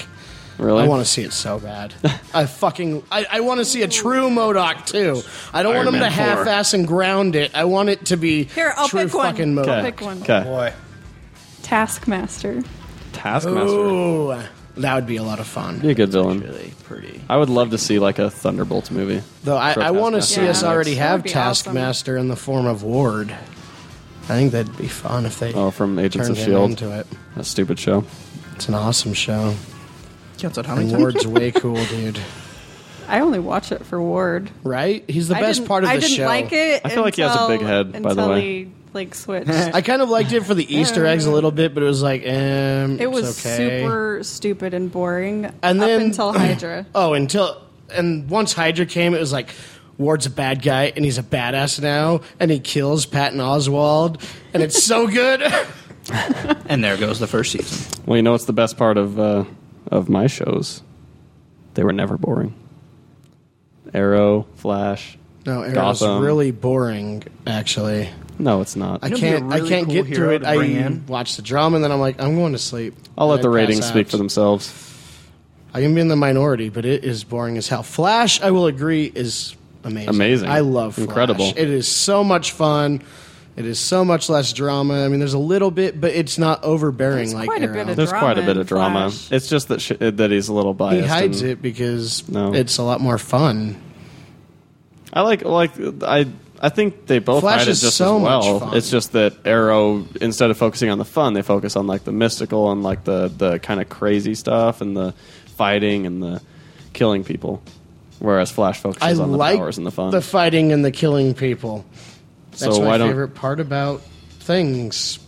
Speaker 1: Really,
Speaker 2: I want to see it so bad. I fucking I, I want to see a true Modoc too. I don't
Speaker 1: Iron
Speaker 2: want him to
Speaker 1: Man 4.
Speaker 2: half-ass and ground it. I want it to be
Speaker 3: Here, I'll
Speaker 2: true
Speaker 3: pick one.
Speaker 2: fucking Modoc.
Speaker 3: Okay.
Speaker 1: Okay.
Speaker 3: Pick one.
Speaker 1: Okay.
Speaker 4: Boy.
Speaker 3: Taskmaster.
Speaker 1: Taskmaster.
Speaker 2: Ooh, that would be a lot of fun.
Speaker 1: Be a good villain.
Speaker 4: Really pretty.
Speaker 1: I would love to see like a Thunderbolts movie.
Speaker 2: Though I,
Speaker 1: For
Speaker 2: I want to
Speaker 1: Taskmaster.
Speaker 2: see us
Speaker 3: Yeah.
Speaker 2: already
Speaker 3: That would
Speaker 2: have
Speaker 3: be awesome.
Speaker 2: Taskmaster in the form of Ward. I think that'd be fun if they
Speaker 1: Oh, from Agents of
Speaker 2: turned him
Speaker 1: Shield.
Speaker 2: into it.
Speaker 1: That stupid show.
Speaker 2: It's an awesome show.
Speaker 4: Counts out how many
Speaker 2: And
Speaker 4: times?
Speaker 2: Ward's way cool, dude.
Speaker 3: I only watch it for Ward.
Speaker 2: Right? He's the
Speaker 3: I
Speaker 2: best
Speaker 3: didn't-
Speaker 2: part of the
Speaker 3: I didn't
Speaker 2: show.
Speaker 3: like it.
Speaker 1: I feel like he has a big
Speaker 3: until-
Speaker 1: head, by the
Speaker 3: until
Speaker 1: way.
Speaker 3: he like switched.
Speaker 2: I kind of liked it for the Easter eggs a little bit, but it was like, um,
Speaker 3: It was
Speaker 2: it's okay.
Speaker 3: super stupid and boring.
Speaker 2: And
Speaker 3: up
Speaker 2: then-
Speaker 3: until Hydra.
Speaker 2: Oh, until and once Hydra came, it was like Ward's a bad guy and he's a badass now, and he kills Patton Oswald, and it's so good.
Speaker 4: And there goes the first season.
Speaker 1: Well, you know what's the best part of uh, of my shows? They were never boring. Arrow, Flash.
Speaker 2: No, Arrow's
Speaker 1: Gotham.
Speaker 2: really boring. Actually,
Speaker 1: No, it's not.
Speaker 2: I
Speaker 4: know, it'd be a
Speaker 2: can't. I
Speaker 4: really
Speaker 2: can't
Speaker 4: cool
Speaker 2: get through
Speaker 4: hero
Speaker 2: it.
Speaker 4: to
Speaker 2: I
Speaker 4: bring in.
Speaker 2: watch the drama, and then I'm like, I'm going to sleep.
Speaker 1: I'll
Speaker 2: And
Speaker 1: let
Speaker 2: I
Speaker 1: the
Speaker 2: pass
Speaker 1: ratings speak
Speaker 2: out.
Speaker 1: for themselves.
Speaker 2: I can be in the minority, but it is boring as hell. Flash, I will agree, is amazing.
Speaker 1: Amazing.
Speaker 2: I love Flash.
Speaker 1: Incredible.
Speaker 2: It is so much fun. It is so much less drama. I mean, there's a little bit, but it's not overbearing
Speaker 3: There's
Speaker 2: like
Speaker 3: quite a
Speaker 2: Arrow.
Speaker 3: bit of
Speaker 1: There's
Speaker 3: Drama
Speaker 1: quite a bit
Speaker 3: in
Speaker 1: of drama.
Speaker 3: Flash.
Speaker 1: It's just that sh- that he's a little
Speaker 2: he
Speaker 1: biased.
Speaker 2: hides
Speaker 1: and-
Speaker 2: it because
Speaker 1: No.
Speaker 2: it's a lot more fun.
Speaker 1: I like like I I think they both
Speaker 2: Flash
Speaker 1: hide it
Speaker 2: is
Speaker 1: just
Speaker 2: so
Speaker 1: as well.
Speaker 2: much fun.
Speaker 1: It's just that Arrow instead of focusing on the fun, they focus on like the mystical and like the the kind of crazy stuff and the fighting and the killing people. Whereas Flash
Speaker 2: I
Speaker 1: focuses on the
Speaker 2: like
Speaker 1: powers and the fun.
Speaker 2: fighting and the killing people. That's
Speaker 1: So
Speaker 2: my
Speaker 1: why don't-
Speaker 2: favorite part about things.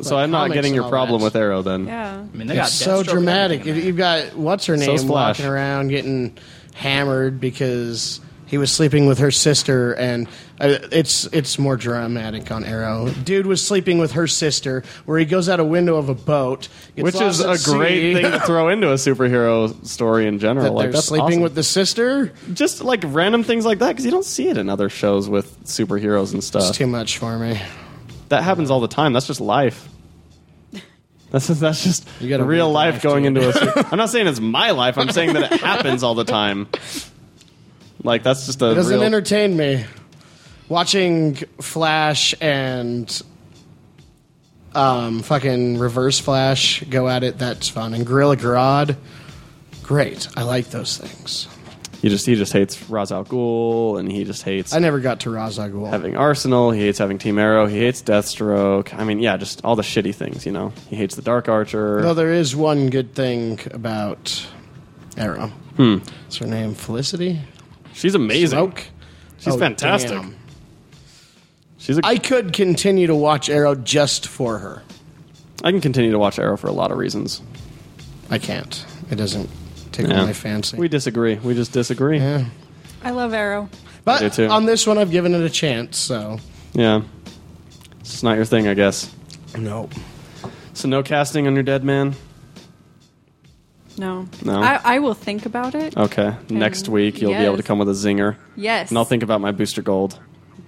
Speaker 1: so
Speaker 2: like
Speaker 1: I'm not
Speaker 2: comics
Speaker 1: getting
Speaker 2: and
Speaker 1: your
Speaker 2: all
Speaker 1: problem
Speaker 2: that.
Speaker 1: with Arrow then.
Speaker 3: Yeah.
Speaker 4: I mean, they got
Speaker 2: It's so
Speaker 4: Deathstroke and
Speaker 2: dramatic.
Speaker 4: everything in
Speaker 2: You've got what's her name
Speaker 1: Flash.
Speaker 2: walking around getting hammered because he was sleeping with her sister, and uh, it's it's more dramatic on Arrow. Dude was sleeping with her sister, where he goes out a window of a boat, gets
Speaker 1: Which is
Speaker 2: lost
Speaker 1: a
Speaker 2: at sea,
Speaker 1: great thing to throw into a superhero story in general.
Speaker 2: That
Speaker 1: like
Speaker 2: they're
Speaker 1: that's
Speaker 2: sleeping
Speaker 1: awesome.
Speaker 2: with the sister.
Speaker 1: just like random things like that because you don't see it in other shows with superheroes and
Speaker 2: It's
Speaker 1: stuff.
Speaker 2: too much for me.
Speaker 1: that happens all the time. That's just life. Uh-huh. That's just, that's just
Speaker 2: You got a
Speaker 1: real
Speaker 2: weird
Speaker 1: life
Speaker 2: life,
Speaker 1: going
Speaker 2: dude.
Speaker 1: into a. su- I'm not saying it's my life. I'm saying that it happens all the time. Like that's just a
Speaker 2: It doesn't
Speaker 1: real.
Speaker 2: entertain me. Watching Flash and um, fucking Reverse Flash go at it, that's fun. And Gorilla Grodd, great. I like those things.
Speaker 1: he just he just hates Ra's al Ghul and he just hates
Speaker 2: I never got to Ra's al Ghul.
Speaker 1: having Arsenal. He hates having Team Arrow. He hates Deathstroke. I mean, yeah, just all the shitty things. You know, he hates the Dark Archer.
Speaker 2: Though there is one good thing about Arrow. What's her name? Felicity?
Speaker 1: She's Hmm. amazing.
Speaker 2: Smoke?
Speaker 1: She's
Speaker 2: Oh,
Speaker 1: fantastic.
Speaker 2: damn.
Speaker 1: She's a,
Speaker 2: I
Speaker 1: I,
Speaker 2: could continue to watch Arrow just for her.
Speaker 1: can continue to watch Arrow for a lot of reasons.
Speaker 2: I can't. It doesn't tickle
Speaker 1: Yeah.
Speaker 2: my fancy.
Speaker 1: We disagree. We just disagree. Yeah.
Speaker 2: yeah.
Speaker 3: I love Arrow.
Speaker 1: I
Speaker 2: But
Speaker 1: do too.
Speaker 2: on this one, I've given it a chance, so.
Speaker 1: It's just not your thing, I guess.
Speaker 2: Nope.
Speaker 1: So no casting on your dead man.
Speaker 3: No.
Speaker 1: No?
Speaker 3: I, I will think about it.
Speaker 1: Okay. Next week you'll be able to
Speaker 3: yes.
Speaker 1: come with a zinger.
Speaker 3: Yes.
Speaker 1: And I'll think about my booster gold.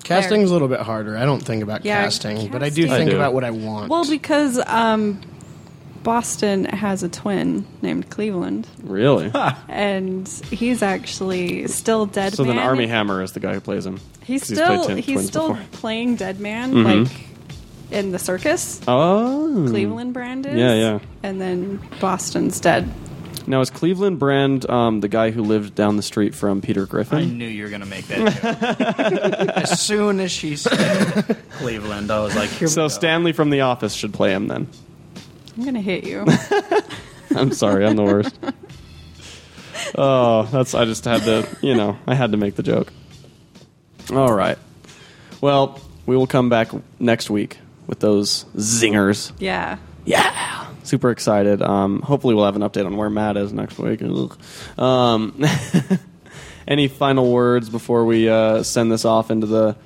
Speaker 2: Casting's a little bit harder. I don't think about
Speaker 3: Yeah,
Speaker 2: casting, but I do
Speaker 3: casting- I
Speaker 2: think
Speaker 1: do.
Speaker 2: about what I want.
Speaker 3: Well, because um, Boston has a twin named Cleveland,
Speaker 1: Really?
Speaker 3: and he's actually still dead.
Speaker 1: so then
Speaker 3: man.
Speaker 1: Army Hammer is the guy who plays him. 'Cause
Speaker 3: He's
Speaker 1: played
Speaker 3: still
Speaker 1: Tin-
Speaker 3: he's,
Speaker 1: twins
Speaker 3: still
Speaker 1: before. Mm-hmm.
Speaker 3: playing Dead Man, like in the circus.
Speaker 1: Oh.
Speaker 3: Cleveland brand is.
Speaker 1: Yeah, yeah.
Speaker 3: And then Boston's dead.
Speaker 1: Now is Cleveland Brand um, the guy who lived down the street from Peter
Speaker 4: I
Speaker 1: Griffin?
Speaker 4: knew you were gonna make that. Joke. as soon as she said Cleveland, I was like, Here we
Speaker 1: So
Speaker 4: go.
Speaker 1: Stanley from The Office should play him then.
Speaker 3: I'm gonna hit you.
Speaker 1: I'm sorry, I'm the worst. Oh, that's I just had to, you know, I had to make the joke. All right. Well, we will come back next week with those zingers.
Speaker 3: yeah.
Speaker 1: Yeah. Super excited. Um, hopefully, we'll have an update on where Matt is next week. Ugh. Um, any final words before we uh, send this off into the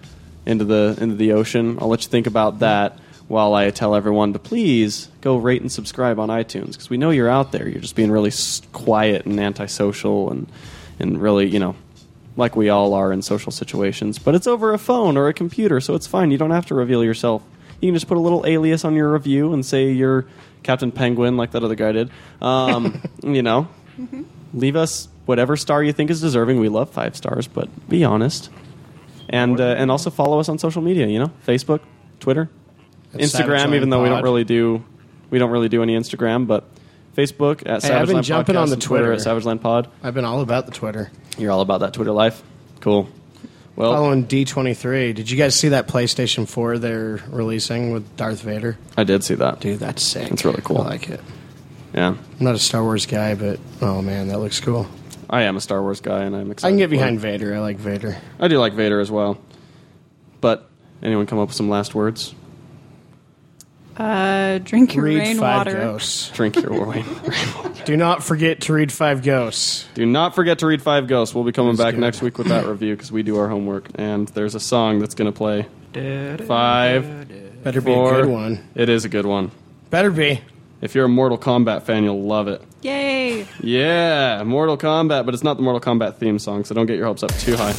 Speaker 1: into the into the ocean? I'll let you think about that while I tell everyone to please go rate and subscribe on iTunes because we know you're out there. You're just being really s- quiet and antisocial and and really you know like we all are in social situations. But it's over a phone or a computer, so it's fine. You don't have to reveal yourself. You can just put a little alias on your review and say you're Captain Penguin, like that other guy did. Um, you know, leave us whatever star you think is deserving. We love five stars, but be honest. And uh, and also follow us on social media. You know, Facebook, Twitter,
Speaker 2: It's Savage
Speaker 1: Instagram.
Speaker 2: Land
Speaker 1: Even though we don't
Speaker 2: Pod.
Speaker 1: really do we don't really do any Instagram, but Facebook at
Speaker 2: Hey, I've
Speaker 1: Savage
Speaker 2: been
Speaker 1: Land
Speaker 2: jumping on
Speaker 1: Podcast
Speaker 2: the
Speaker 1: and Twitter at
Speaker 2: Twitter.
Speaker 1: Savage Land Pod.
Speaker 2: I've been all about the Twitter.
Speaker 1: You're all about that Twitter life. Cool. Well,
Speaker 2: Following D23, did you guys see that PlayStation 4 they're releasing with Darth Vader?
Speaker 1: I did see that.
Speaker 2: Dude, that's sick.
Speaker 1: That's really cool.
Speaker 2: I like it.
Speaker 1: Yeah,
Speaker 2: I'm not a Star Wars guy, but oh man, that looks cool.
Speaker 1: I am a Star Wars guy, and I'm excited.
Speaker 2: I can get
Speaker 1: for it.
Speaker 2: behind Vader. I like Vader.
Speaker 1: I do like Vader as well. But anyone come up with some last words?
Speaker 3: Uh, drink your
Speaker 2: Read Five
Speaker 3: rainwater.
Speaker 2: Ghosts.
Speaker 1: Drink your wine.
Speaker 2: Do not forget to read Five Ghosts.
Speaker 1: Do not forget to read Five Ghosts. We'll be coming back
Speaker 2: good.
Speaker 1: next week with that review because we do our homework. And there's a song that's going to play. Five,
Speaker 2: Better be
Speaker 1: four.
Speaker 2: a good one.
Speaker 1: It is a good one.
Speaker 2: Better be.
Speaker 1: If you're a Mortal Kombat fan, you'll love it.
Speaker 3: Yay.
Speaker 1: Yeah, Mortal Kombat, but it's not the Mortal Kombat theme song, so don't get your hopes up too high.